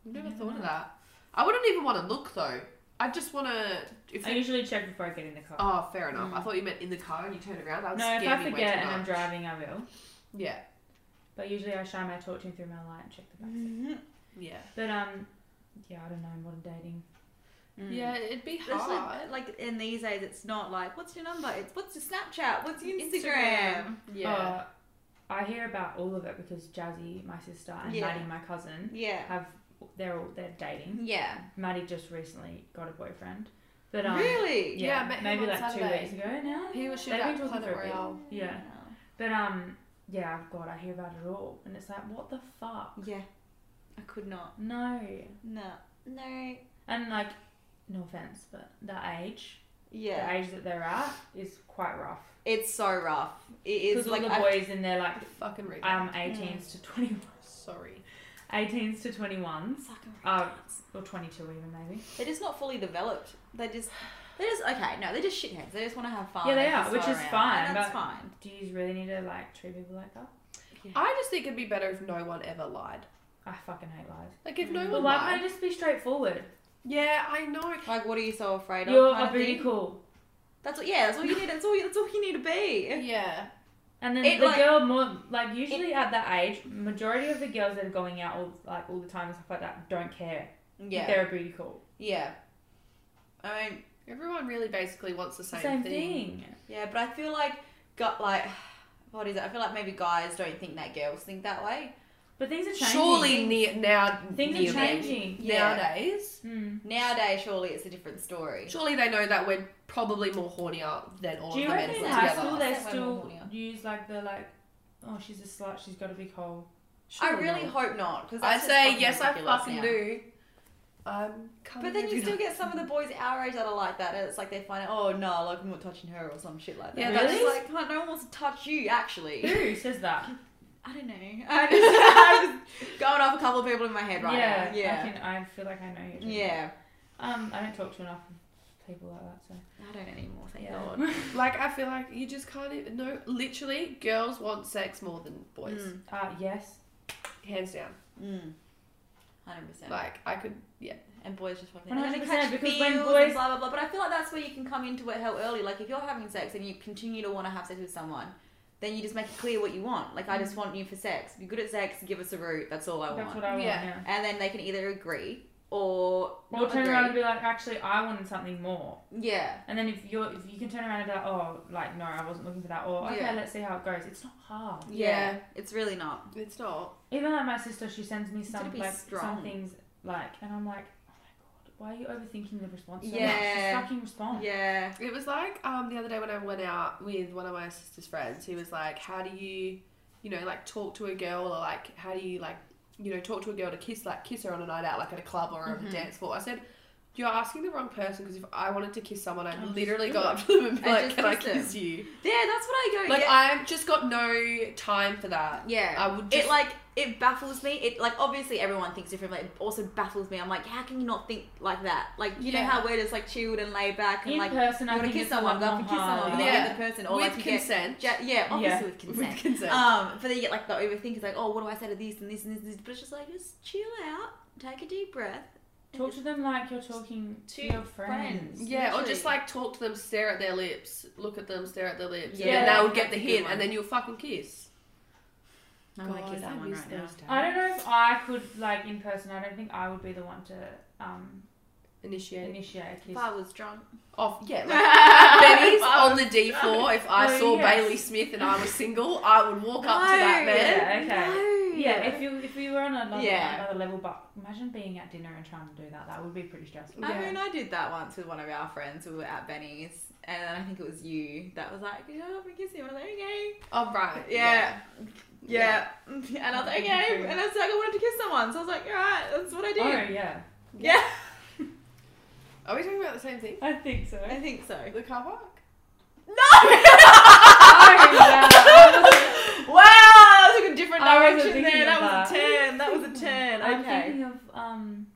[SPEAKER 3] I've never
[SPEAKER 4] Yeah.
[SPEAKER 3] thought of that. I wouldn't even want to look though. I just want to. If
[SPEAKER 4] I
[SPEAKER 3] you,
[SPEAKER 4] usually check before I get in the car.
[SPEAKER 3] oh, fair enough. I thought you meant in the car and you turn around. That would
[SPEAKER 4] Mm. no, if
[SPEAKER 3] scare
[SPEAKER 4] I
[SPEAKER 3] me way
[SPEAKER 4] forget
[SPEAKER 3] too
[SPEAKER 4] and I'm
[SPEAKER 3] much.
[SPEAKER 4] driving, I will.
[SPEAKER 3] Yeah,
[SPEAKER 4] But usually I shine my torch in through my light and check the backseat.
[SPEAKER 3] Mm.
[SPEAKER 2] Mm-hmm.
[SPEAKER 3] yeah,
[SPEAKER 4] But um, yeah, I don't know modern dating. Mm.
[SPEAKER 3] yeah. It'd be
[SPEAKER 2] Especially,
[SPEAKER 3] hard.
[SPEAKER 2] like in these days, it's not like what's your number. It's what's your Snapchat. What's your Instagram.
[SPEAKER 3] Instagram. Yeah.
[SPEAKER 4] Uh, I hear about all of it because Jazzy, my sister, and
[SPEAKER 2] Yeah.
[SPEAKER 4] Maddie, my cousin,
[SPEAKER 2] Yeah.
[SPEAKER 4] have they're all they're dating.
[SPEAKER 2] Yeah.
[SPEAKER 3] Mm-hmm.
[SPEAKER 4] Maddie just recently got a boyfriend, but um,
[SPEAKER 2] really?
[SPEAKER 3] Yeah, I
[SPEAKER 4] yeah,
[SPEAKER 3] met him
[SPEAKER 4] maybe
[SPEAKER 3] on
[SPEAKER 4] like
[SPEAKER 3] Saturday.
[SPEAKER 4] two weeks ago now.
[SPEAKER 3] he was shooting
[SPEAKER 4] They've
[SPEAKER 3] at
[SPEAKER 4] been talking
[SPEAKER 3] Planet
[SPEAKER 4] for a bit.
[SPEAKER 3] Royale.
[SPEAKER 4] Yeah, but um, yeah, God, I hear about it all, and it's like, what the fuck?
[SPEAKER 2] Yeah. I could not.
[SPEAKER 4] No,
[SPEAKER 2] No. No.
[SPEAKER 4] and like, no offense, but that age,
[SPEAKER 2] Yeah.
[SPEAKER 4] the age that they're at is quite rough.
[SPEAKER 2] It's so rough. It is
[SPEAKER 4] Because
[SPEAKER 2] like
[SPEAKER 4] all the
[SPEAKER 2] I've- Mm.
[SPEAKER 4] boys in their like
[SPEAKER 3] Fucking read
[SPEAKER 4] um 18s to 21,
[SPEAKER 3] Sorry.
[SPEAKER 4] 18s to 21s
[SPEAKER 2] Fucking
[SPEAKER 4] uh, or 22 even maybe.
[SPEAKER 2] They're just not fully developed. They just, they're just okay. No, they're just shitheads. They just want to have fun.
[SPEAKER 4] Yeah, they
[SPEAKER 2] just
[SPEAKER 4] are, which
[SPEAKER 2] throw
[SPEAKER 4] is
[SPEAKER 2] around.
[SPEAKER 4] fine,
[SPEAKER 2] And that's
[SPEAKER 4] but-
[SPEAKER 2] fine.
[SPEAKER 4] Do you really need to like treat people like that?
[SPEAKER 3] I just think it'd be better if no one ever lied.
[SPEAKER 4] I fucking hate lies.
[SPEAKER 3] Like if no
[SPEAKER 4] But
[SPEAKER 3] one
[SPEAKER 4] why
[SPEAKER 3] lied.
[SPEAKER 4] can't it just be straightforward?
[SPEAKER 3] Yeah, I know.
[SPEAKER 2] Like, what are you so afraid
[SPEAKER 4] You're
[SPEAKER 2] of? kind
[SPEAKER 4] a
[SPEAKER 2] of
[SPEAKER 4] booty
[SPEAKER 2] thing?
[SPEAKER 4] call.
[SPEAKER 2] That's what. Yeah, that's all you need. That's all. You, that's all you need to be.
[SPEAKER 3] Yeah.
[SPEAKER 4] And then
[SPEAKER 2] It,
[SPEAKER 4] the
[SPEAKER 2] like-
[SPEAKER 4] girl more like usually at that age, majority of the girls that are going out all like all the time and stuff like that don't care.
[SPEAKER 2] Yeah.
[SPEAKER 4] They're a booty call.
[SPEAKER 2] Yeah. I mean,
[SPEAKER 3] Everyone really basically wants the
[SPEAKER 4] It's the
[SPEAKER 3] same,
[SPEAKER 4] Same,
[SPEAKER 3] thing.
[SPEAKER 4] thing.
[SPEAKER 2] yeah, but I feel like got like, what is it? I feel like maybe guys don't think that girls think that way.
[SPEAKER 4] But things are changing.
[SPEAKER 3] Surely ne- now
[SPEAKER 4] things
[SPEAKER 3] near
[SPEAKER 4] are changing.
[SPEAKER 2] Yeah.
[SPEAKER 3] nowadays.
[SPEAKER 4] Mm.
[SPEAKER 2] Nowadays, surely it's a different story.
[SPEAKER 3] Surely they know that we're probably more hornier than all
[SPEAKER 4] Do you
[SPEAKER 3] of the
[SPEAKER 4] reckon
[SPEAKER 3] men put
[SPEAKER 4] in high
[SPEAKER 3] together.
[SPEAKER 4] school
[SPEAKER 2] I'll
[SPEAKER 4] they
[SPEAKER 2] say my
[SPEAKER 4] still
[SPEAKER 2] mum
[SPEAKER 4] use like the like, oh she's a slut, she's got a big hole.
[SPEAKER 2] I
[SPEAKER 3] Surely
[SPEAKER 2] really
[SPEAKER 3] not.
[SPEAKER 2] hope not, because
[SPEAKER 3] I say yes, I fucking
[SPEAKER 2] now.
[SPEAKER 3] do. I'm
[SPEAKER 2] But
[SPEAKER 3] coming
[SPEAKER 2] then you
[SPEAKER 3] every
[SPEAKER 2] still
[SPEAKER 3] night.
[SPEAKER 2] get some of the boys our age that are like that, and it's like they find out, oh no, like I'm not touching her or some shit like that.
[SPEAKER 3] Yeah,
[SPEAKER 2] And it's
[SPEAKER 4] really?
[SPEAKER 2] like "Oh, no one wants to touch you actually.
[SPEAKER 4] Who says that?
[SPEAKER 2] I don't know. I'm just, I'm just going off a couple of people in my head right
[SPEAKER 4] yeah,
[SPEAKER 2] now. Yeah,
[SPEAKER 4] I, can, I feel like I know you.
[SPEAKER 2] yeah.
[SPEAKER 4] Um, I don't talk to enough people like that, so
[SPEAKER 2] I don't anymore. Thank
[SPEAKER 4] yeah.
[SPEAKER 2] God.
[SPEAKER 3] Like I feel like you just can't even no literally girls want sex more than boys.
[SPEAKER 2] Mm.
[SPEAKER 4] uh, yes.
[SPEAKER 3] Hands down.
[SPEAKER 2] Mm. Hundred percent.
[SPEAKER 3] Like I could yeah.
[SPEAKER 2] And boys just fucking.
[SPEAKER 4] 100%
[SPEAKER 2] and they catch
[SPEAKER 4] because
[SPEAKER 2] feels
[SPEAKER 4] when
[SPEAKER 2] and
[SPEAKER 4] boys-
[SPEAKER 2] blah blah blah. But I feel like that's where you can come into it how early. Like if you're having sex and you continue to want to have sex with someone, then you just make it clear what you want. Like I just want you for sex. Be good at sex. Give us a root. That's all I
[SPEAKER 4] That's
[SPEAKER 2] want.
[SPEAKER 4] what I want.
[SPEAKER 3] Yeah.
[SPEAKER 4] Yeah.
[SPEAKER 2] and then they can either agree or
[SPEAKER 4] Or
[SPEAKER 2] not
[SPEAKER 4] turn
[SPEAKER 2] agree.
[SPEAKER 4] around and be like, actually, I wanted something more.
[SPEAKER 2] yeah.
[SPEAKER 4] And then if you're, if you can turn around and be like, oh, like no, I wasn't looking for that, or okay,
[SPEAKER 2] Yeah.
[SPEAKER 4] let's see how it goes. It's not hard.
[SPEAKER 2] yeah,
[SPEAKER 3] Yeah.
[SPEAKER 2] It's really not.
[SPEAKER 3] It's not.
[SPEAKER 4] Even like my sister, she sends me
[SPEAKER 2] gotta
[SPEAKER 4] some
[SPEAKER 2] be
[SPEAKER 4] like
[SPEAKER 2] strong.
[SPEAKER 4] some things like, and I'm like, oh my god, why are you overthinking the response? So
[SPEAKER 2] Yeah.
[SPEAKER 4] much? Just fucking respond.
[SPEAKER 2] Yeah,
[SPEAKER 3] It was like um the other day when I went out with one of my sister's friends, he was like, How do you you know, like talk to a girl or like how do you like you know, talk to a girl to kiss like kiss her on a night out, like at a club or
[SPEAKER 2] Mm-hmm.
[SPEAKER 3] a dance floor. I said, You're asking the wrong person because if I wanted to kiss someone
[SPEAKER 2] Oh,
[SPEAKER 3] I'd literally go up to them and be
[SPEAKER 2] And
[SPEAKER 3] like,
[SPEAKER 2] just
[SPEAKER 3] Can I
[SPEAKER 2] kiss them."
[SPEAKER 3] kiss you?
[SPEAKER 2] yeah. That's what I go.
[SPEAKER 3] Like
[SPEAKER 2] yeah,
[SPEAKER 3] I've just got no time for that.
[SPEAKER 2] yeah.
[SPEAKER 3] I would
[SPEAKER 2] it
[SPEAKER 3] just-
[SPEAKER 2] like it baffles me. It like obviously everyone thinks differently. It also baffles me. I'm like, how can you not think like that? Like you know
[SPEAKER 3] Yeah.
[SPEAKER 2] how we're just like chilled and laid back and
[SPEAKER 4] In
[SPEAKER 2] like
[SPEAKER 4] person,
[SPEAKER 2] you
[SPEAKER 4] I
[SPEAKER 2] want to
[SPEAKER 4] think
[SPEAKER 2] kiss
[SPEAKER 4] it's a
[SPEAKER 2] someone,
[SPEAKER 4] lot
[SPEAKER 2] go up
[SPEAKER 4] more
[SPEAKER 2] and kiss someone,
[SPEAKER 4] hard.
[SPEAKER 2] but
[SPEAKER 3] Yeah.
[SPEAKER 2] then the person or
[SPEAKER 3] with
[SPEAKER 2] like you get
[SPEAKER 3] consent.
[SPEAKER 2] Ja- yeah, obviously with consent.
[SPEAKER 3] With consent.
[SPEAKER 2] Um, but then you get like the overthink is like, oh, what do I say to this and this and this, and this? But it's just like, just chill out, take a deep breath. and
[SPEAKER 4] Talk
[SPEAKER 2] just
[SPEAKER 4] to them like you're talking to,
[SPEAKER 2] To
[SPEAKER 4] your friends.
[SPEAKER 2] friends.
[SPEAKER 3] yeah, or
[SPEAKER 2] literally.
[SPEAKER 3] just like talk to them, stare at their lips, look at them, stare at their lips,
[SPEAKER 2] Yeah,
[SPEAKER 3] and then they would
[SPEAKER 2] that's
[SPEAKER 3] get the
[SPEAKER 2] a good
[SPEAKER 3] hint,
[SPEAKER 2] one.
[SPEAKER 3] and then you'll fucking kiss.
[SPEAKER 2] I'm gonna kiss that one right now.
[SPEAKER 4] I don't know if I could like in person. I don't think I would be the one to um
[SPEAKER 3] Initiate.
[SPEAKER 4] initiate a kiss.
[SPEAKER 2] If I was drunk,
[SPEAKER 3] Off. Yeah. Like, Benny's on the D floor. If I
[SPEAKER 4] Oh,
[SPEAKER 3] saw
[SPEAKER 4] yes.
[SPEAKER 3] Bailey Smith and I was single, I would walk up to that
[SPEAKER 2] No,
[SPEAKER 3] man.
[SPEAKER 4] Yeah, okay.
[SPEAKER 2] No.
[SPEAKER 4] Yeah, if you if you were on another,
[SPEAKER 2] Yeah.
[SPEAKER 4] another level, but imagine being at dinner and trying to do that. That would be pretty stressful.
[SPEAKER 2] I
[SPEAKER 3] Yeah.
[SPEAKER 2] mean, I did that once with one of our friends. We were at Benny's, and then I think it was you that was like, "Yeah, we kiss him." And I was like, "Okay."
[SPEAKER 3] Oh right.
[SPEAKER 2] Yeah. Yeah. And I was like, "Okay," and I was like, "I wanted to kiss someone," so I was like, "All right, that's what I do."
[SPEAKER 4] Oh yeah,
[SPEAKER 2] Yeah,
[SPEAKER 3] Are we talking about the same thing?
[SPEAKER 4] I think so.
[SPEAKER 2] I think so.
[SPEAKER 3] The car park.
[SPEAKER 4] Oh,
[SPEAKER 2] Wow, that took a different
[SPEAKER 4] I wasn't
[SPEAKER 2] direction there.
[SPEAKER 4] thinking
[SPEAKER 2] That
[SPEAKER 4] of
[SPEAKER 2] was a
[SPEAKER 4] that.
[SPEAKER 2] ten. That was a ten.
[SPEAKER 4] I'm
[SPEAKER 2] Okay.
[SPEAKER 4] thinking of um.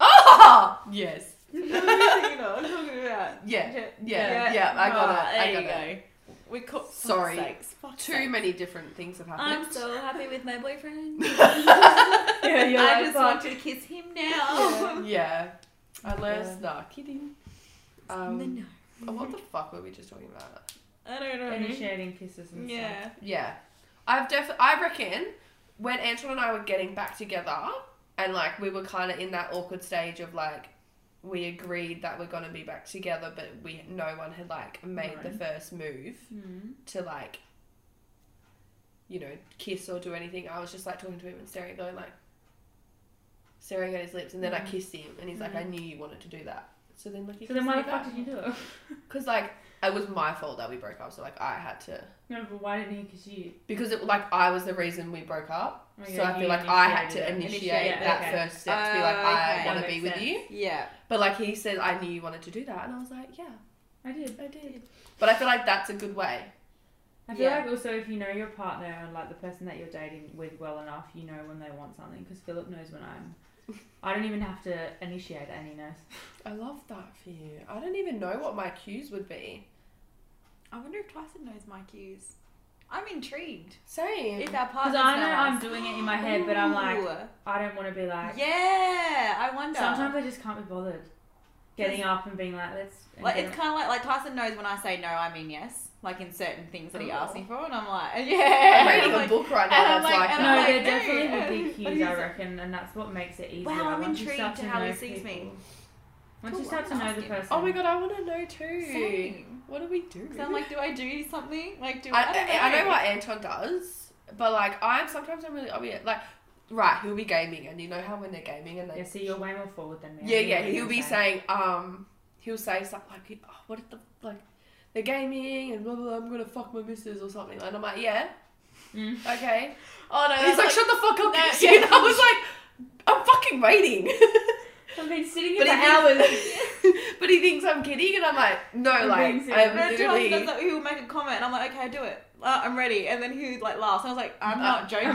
[SPEAKER 3] Oh yes.
[SPEAKER 2] What are you thinking of? What are you talking about?
[SPEAKER 3] Yeah. Yeah. Yeah. I got
[SPEAKER 2] Oh,
[SPEAKER 3] it. I
[SPEAKER 2] there
[SPEAKER 3] got
[SPEAKER 2] you
[SPEAKER 3] it.
[SPEAKER 2] go. We caught.
[SPEAKER 3] Sorry.
[SPEAKER 2] Sakes, fuck's
[SPEAKER 3] Too
[SPEAKER 2] sakes.
[SPEAKER 3] many different things have happened.
[SPEAKER 2] I'm so happy with my boyfriend.
[SPEAKER 4] Yeah, you're
[SPEAKER 2] I
[SPEAKER 4] like,
[SPEAKER 2] just
[SPEAKER 4] fuck.
[SPEAKER 2] want to kiss him now.
[SPEAKER 3] yeah.
[SPEAKER 4] Yeah.
[SPEAKER 3] Unless, nah, kidding. Um,
[SPEAKER 2] No, no.
[SPEAKER 3] oh, what the fuck were we just talking about?
[SPEAKER 2] I don't know.
[SPEAKER 4] initiating kisses and stuff.
[SPEAKER 2] Mm-hmm. Yeah.
[SPEAKER 3] Yeah. I've def- I reckon when Anton and I were getting back together and like we were kind of in that awkward stage of like we agreed that we're going to be back together but we no one had like made the first move
[SPEAKER 4] Mm.
[SPEAKER 3] to like you know kiss or do anything i was just like talking to him and staring going like staring at his lips and then i kissed him and he's like i knew you wanted to do that so then like you
[SPEAKER 4] Mm. So then,
[SPEAKER 3] kissed
[SPEAKER 4] why
[SPEAKER 3] me
[SPEAKER 4] the fuck
[SPEAKER 3] back.
[SPEAKER 4] did you do it?
[SPEAKER 3] Because like it was my fault that we broke up, so like I had to
[SPEAKER 4] No, but why didn't he kiss you?
[SPEAKER 3] because it like I was the reason we broke up.
[SPEAKER 4] Oh,
[SPEAKER 3] so
[SPEAKER 4] yeah,
[SPEAKER 3] I
[SPEAKER 4] you
[SPEAKER 3] feel like I had to
[SPEAKER 4] initiated it.
[SPEAKER 3] initiate
[SPEAKER 2] Initiate,
[SPEAKER 3] that
[SPEAKER 4] okay.
[SPEAKER 3] first step to be like
[SPEAKER 2] Oh,
[SPEAKER 3] I
[SPEAKER 2] okay.
[SPEAKER 3] want
[SPEAKER 4] That
[SPEAKER 3] to be
[SPEAKER 4] makes
[SPEAKER 3] with
[SPEAKER 4] sense.
[SPEAKER 3] you.
[SPEAKER 2] Yeah.
[SPEAKER 3] But like he said, I knew you wanted to do that, and I was like, yeah.
[SPEAKER 4] I did.
[SPEAKER 3] I did. But I feel like that's a good way.
[SPEAKER 4] I feel
[SPEAKER 5] Yeah.
[SPEAKER 4] like also if you know your partner and like the person that you're dating with well enough, you know when they want something. Because Philip knows when I'm. I don't even have to initiate any knows.
[SPEAKER 3] I love that for you. I don't even know what my cues would be.
[SPEAKER 2] I wonder if Tyson knows my cues. I'm intrigued.
[SPEAKER 3] Same.
[SPEAKER 2] If our
[SPEAKER 4] Because
[SPEAKER 2] partners
[SPEAKER 4] I know
[SPEAKER 2] know
[SPEAKER 4] I'm
[SPEAKER 2] us.
[SPEAKER 4] doing it in my head, but I'm like,
[SPEAKER 2] Ooh.
[SPEAKER 4] I don't want to be like.
[SPEAKER 2] yeah, I wonder.
[SPEAKER 4] Sometimes I just can't be bothered getting up and being like, let's. and
[SPEAKER 2] Like
[SPEAKER 4] getting-
[SPEAKER 2] it's kind of like like Tyson knows when I say no, I mean yes. Like in certain things that he asks
[SPEAKER 3] Oh.
[SPEAKER 2] me for, and I'm like,
[SPEAKER 3] I'm
[SPEAKER 2] yeah.
[SPEAKER 3] reading
[SPEAKER 2] I'm
[SPEAKER 3] a book right
[SPEAKER 2] and
[SPEAKER 3] now
[SPEAKER 2] I'm
[SPEAKER 3] that's
[SPEAKER 2] like-
[SPEAKER 3] like,
[SPEAKER 2] and
[SPEAKER 4] no,
[SPEAKER 2] I'm
[SPEAKER 3] that.
[SPEAKER 2] like-
[SPEAKER 4] there
[SPEAKER 2] no,
[SPEAKER 4] definitely
[SPEAKER 2] yeah.
[SPEAKER 4] would be
[SPEAKER 2] What
[SPEAKER 4] cues,
[SPEAKER 2] is
[SPEAKER 4] I
[SPEAKER 2] it?
[SPEAKER 4] reckon, and that's what makes it easier.
[SPEAKER 2] Wow, I'm
[SPEAKER 4] Once you start
[SPEAKER 2] intrigued to how
[SPEAKER 4] know
[SPEAKER 2] he sees me.
[SPEAKER 4] people- Once you
[SPEAKER 2] Cool,
[SPEAKER 4] start to
[SPEAKER 2] I'm
[SPEAKER 4] know the
[SPEAKER 2] asking.
[SPEAKER 4] person.
[SPEAKER 3] Oh my god, I want to know too.
[SPEAKER 2] Same.
[SPEAKER 3] What do we do?
[SPEAKER 2] 'Cause I'm like, do I do something? Like, do I?
[SPEAKER 3] I,
[SPEAKER 2] I, don't
[SPEAKER 3] I, I know what Anton does, but like I'm sometimes I'm really I'll be like right he'll be gaming and you know how when they're gaming and they
[SPEAKER 4] Yeah, see, you're way more forward than me. I
[SPEAKER 3] yeah
[SPEAKER 4] know
[SPEAKER 3] yeah
[SPEAKER 4] what
[SPEAKER 3] he'll
[SPEAKER 4] you're
[SPEAKER 3] be saying um he'll say something like he- oh, what if the like they're gaming and blah blah, blah I'm gonna fuck my missus or something and I'm like yeah
[SPEAKER 4] Mm.
[SPEAKER 3] okay
[SPEAKER 2] Oh no,
[SPEAKER 3] and he's
[SPEAKER 4] Uh,
[SPEAKER 2] that's
[SPEAKER 3] like, shut the fuck up
[SPEAKER 2] no,
[SPEAKER 3] Chrissy."
[SPEAKER 2] yeah.
[SPEAKER 3] and I was like I'm fucking waiting
[SPEAKER 4] I've been sitting here
[SPEAKER 3] but
[SPEAKER 4] for
[SPEAKER 3] he
[SPEAKER 4] hours.
[SPEAKER 3] thinks, but he thinks I'm kidding and I'm like no
[SPEAKER 4] I'm being
[SPEAKER 3] like
[SPEAKER 4] serious.
[SPEAKER 3] I'm
[SPEAKER 2] And then Tyson does
[SPEAKER 3] literally
[SPEAKER 2] that, he will make a comment, and I'm like, okay, I do it. Uh, I'm ready. And then he like laughs. And I was like, I'm
[SPEAKER 3] Uh,
[SPEAKER 2] not joking. I'm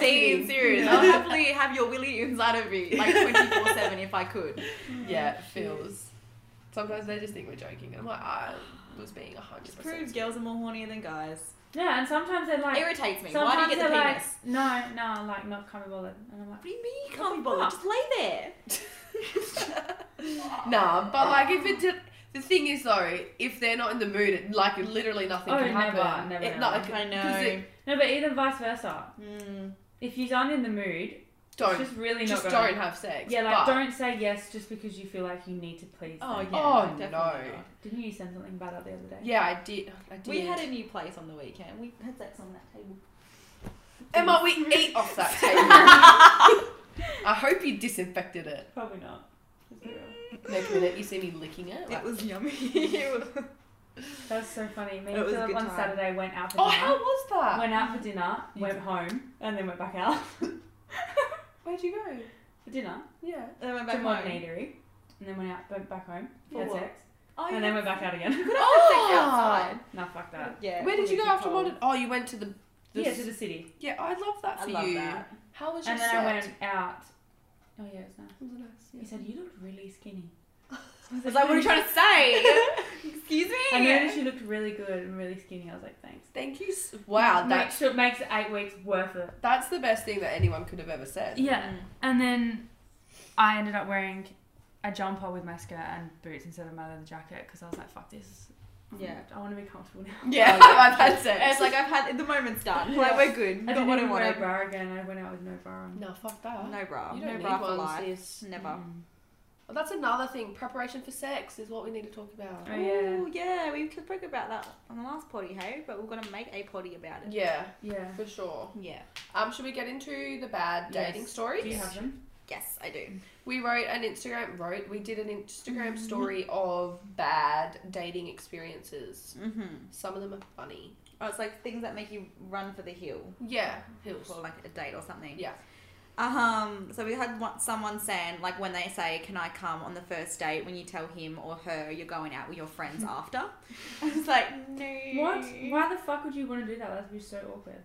[SPEAKER 2] being
[SPEAKER 3] serious.
[SPEAKER 2] serious.
[SPEAKER 3] Not kidding.
[SPEAKER 2] I'll happily have your willy inside of me, like 24 7 if I could.
[SPEAKER 3] yeah it feels sometimes they just think we're joking and I'm like I was being 100%
[SPEAKER 2] Just proves girls are more hornier than guys.
[SPEAKER 4] Yeah, and sometimes they're like.
[SPEAKER 2] Irritates me.
[SPEAKER 4] sometimes
[SPEAKER 2] Why do you get the
[SPEAKER 4] they're
[SPEAKER 2] penis?
[SPEAKER 4] like, no, no, like not can't be bothered. And I'm like,
[SPEAKER 2] What do you mean you can't be bothered? Just lay there.
[SPEAKER 3] Nah, but like if it did, the thing is though, if they're not in the mood, it, like literally nothing
[SPEAKER 4] Oh,
[SPEAKER 3] can
[SPEAKER 4] never,
[SPEAKER 3] happen.
[SPEAKER 4] never,
[SPEAKER 3] It-
[SPEAKER 4] never.
[SPEAKER 3] like,
[SPEAKER 2] I
[SPEAKER 3] 'cause
[SPEAKER 2] know.
[SPEAKER 3] it-
[SPEAKER 4] no, but even vice versa.
[SPEAKER 2] Mm.
[SPEAKER 4] If you aren't in the mood,
[SPEAKER 3] don't
[SPEAKER 4] it's
[SPEAKER 3] just,
[SPEAKER 4] just really not going.
[SPEAKER 3] don't have sex.
[SPEAKER 4] Yeah, like
[SPEAKER 3] but-
[SPEAKER 4] don't say yes just because you feel like you need to please.
[SPEAKER 2] Oh, yeah.
[SPEAKER 4] them.
[SPEAKER 3] Oh,
[SPEAKER 2] definitely
[SPEAKER 3] no.
[SPEAKER 2] not.
[SPEAKER 4] Didn't you send something bad out the other day?
[SPEAKER 3] Yeah, I did. I did.
[SPEAKER 2] We had a new place on the weekend. We had sex on that table.
[SPEAKER 3] Emma. We ate off that table. I hope you disinfected it.
[SPEAKER 4] Probably not. Let's be real.
[SPEAKER 3] Next minute, you see me licking it. like-
[SPEAKER 2] It was yummy. It was-
[SPEAKER 4] That was so funny. Me
[SPEAKER 2] It
[SPEAKER 4] and
[SPEAKER 2] was a
[SPEAKER 4] Philip
[SPEAKER 2] good
[SPEAKER 4] on
[SPEAKER 2] time.
[SPEAKER 4] Saturday went out for
[SPEAKER 3] oh,
[SPEAKER 4] dinner.
[SPEAKER 3] how was that?
[SPEAKER 4] Went out for dinner,
[SPEAKER 3] You
[SPEAKER 4] went
[SPEAKER 3] did.
[SPEAKER 4] home, and then went back out
[SPEAKER 3] Where'd you go?
[SPEAKER 4] for dinner
[SPEAKER 3] Yeah.
[SPEAKER 2] And then went
[SPEAKER 4] to
[SPEAKER 2] back
[SPEAKER 4] Modern
[SPEAKER 2] home.
[SPEAKER 4] Eatery, and then went out, went back home,
[SPEAKER 3] For
[SPEAKER 4] had
[SPEAKER 3] what?
[SPEAKER 4] sex,
[SPEAKER 2] Oh,
[SPEAKER 4] and
[SPEAKER 2] yeah.
[SPEAKER 4] then went back out again.
[SPEAKER 2] Could I have sex
[SPEAKER 3] Oh.
[SPEAKER 2] outside?
[SPEAKER 4] nah, fuck that.
[SPEAKER 2] Yeah.
[SPEAKER 3] Where did you go
[SPEAKER 2] Probably
[SPEAKER 3] after
[SPEAKER 2] cold.
[SPEAKER 3] modern? Oh, you went to the. the
[SPEAKER 4] Yeah, to the city,
[SPEAKER 3] yeah, I love that
[SPEAKER 2] I
[SPEAKER 3] for
[SPEAKER 2] love
[SPEAKER 3] you.
[SPEAKER 2] that.
[SPEAKER 3] How was your
[SPEAKER 4] and then
[SPEAKER 3] set?
[SPEAKER 4] I went out. Oh yeah, it's nice.
[SPEAKER 3] It was nice, yeah.
[SPEAKER 4] He said you looked really skinny.
[SPEAKER 2] I was like, what are you trying to say? Excuse me?
[SPEAKER 4] I noticed you looked really good and really skinny. I was like, thanks.
[SPEAKER 3] Thank you. s- Wow, that
[SPEAKER 4] makes it makes eight weeks worth it.
[SPEAKER 3] That's the best thing that anyone could have ever said.
[SPEAKER 4] Yeah,
[SPEAKER 2] Mm.
[SPEAKER 4] and then I ended up wearing a jumper with my skirt and boots instead of my leather jacket because I was like, fuck this.
[SPEAKER 2] Yeah.
[SPEAKER 4] I want to be comfortable now.
[SPEAKER 3] Yeah, I've had sex.
[SPEAKER 2] It's like I've had the moment's done. Like we're good.
[SPEAKER 4] I
[SPEAKER 2] Got
[SPEAKER 4] didn't
[SPEAKER 2] what I
[SPEAKER 4] even wear a
[SPEAKER 2] wanted.
[SPEAKER 4] bra again. I went out with no bra on.
[SPEAKER 3] no, fuck that.
[SPEAKER 2] No bra.
[SPEAKER 3] you don't
[SPEAKER 2] No
[SPEAKER 3] need
[SPEAKER 2] bra for
[SPEAKER 3] one,
[SPEAKER 2] life.
[SPEAKER 3] sis.
[SPEAKER 2] Never.
[SPEAKER 4] Mm.
[SPEAKER 3] Well, that's another thing. Preparation for sex is what we need to talk about.
[SPEAKER 4] Oh, yeah.
[SPEAKER 2] Ooh, yeah, we spoke about that on the last potty, hey? But we're gonna make a potty about it.
[SPEAKER 3] Yeah,
[SPEAKER 4] Yeah.
[SPEAKER 3] for sure.
[SPEAKER 2] Yeah.
[SPEAKER 3] Um, should we get into the bad dating
[SPEAKER 4] Yes.
[SPEAKER 3] stories?
[SPEAKER 4] Do you have them?
[SPEAKER 2] Yes, I do.
[SPEAKER 3] We wrote an Instagram wrote. We did an Instagram story of bad dating experiences.
[SPEAKER 2] Mm-hmm.
[SPEAKER 3] Some of them are funny.
[SPEAKER 2] Oh, it's like things that make you run for the hill
[SPEAKER 3] Yeah, hills.
[SPEAKER 2] for like a date or something.
[SPEAKER 3] Yeah.
[SPEAKER 2] Um, so we had one, someone saying like when they say, "Can I come on the first date?" When you tell him or her you're going out with your friends after, I was like, "No."
[SPEAKER 4] What? Why the fuck would you want to do that? That'd be so awkward.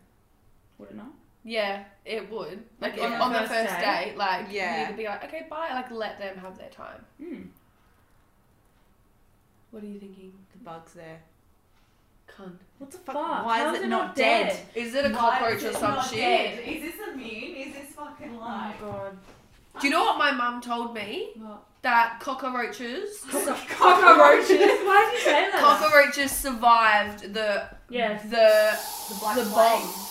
[SPEAKER 4] Would it not?
[SPEAKER 3] Yeah, it would. Like,
[SPEAKER 4] Like, on
[SPEAKER 3] if-
[SPEAKER 4] the
[SPEAKER 3] on the
[SPEAKER 4] first
[SPEAKER 3] first date,
[SPEAKER 4] date?
[SPEAKER 3] like you
[SPEAKER 2] Yeah.
[SPEAKER 3] need to be like, okay, bye. Like let them have their time.
[SPEAKER 4] Mm.
[SPEAKER 3] What are you thinking?
[SPEAKER 2] The bug's there.
[SPEAKER 3] Cunt.
[SPEAKER 4] What the fuck?
[SPEAKER 2] Fuck, why
[SPEAKER 4] How
[SPEAKER 2] is it
[SPEAKER 4] it
[SPEAKER 2] not dead?
[SPEAKER 3] Is it a cockroach or some shit?
[SPEAKER 2] Is this immune? Is this fucking
[SPEAKER 4] Oh my god.
[SPEAKER 3] Do you know what my mum told me?
[SPEAKER 4] What?
[SPEAKER 3] That cockroaches
[SPEAKER 4] Cockroaches. Why did you say that?
[SPEAKER 3] cockroaches survived the
[SPEAKER 4] Yes.
[SPEAKER 3] the
[SPEAKER 2] The black
[SPEAKER 3] the
[SPEAKER 2] plague.
[SPEAKER 3] bomb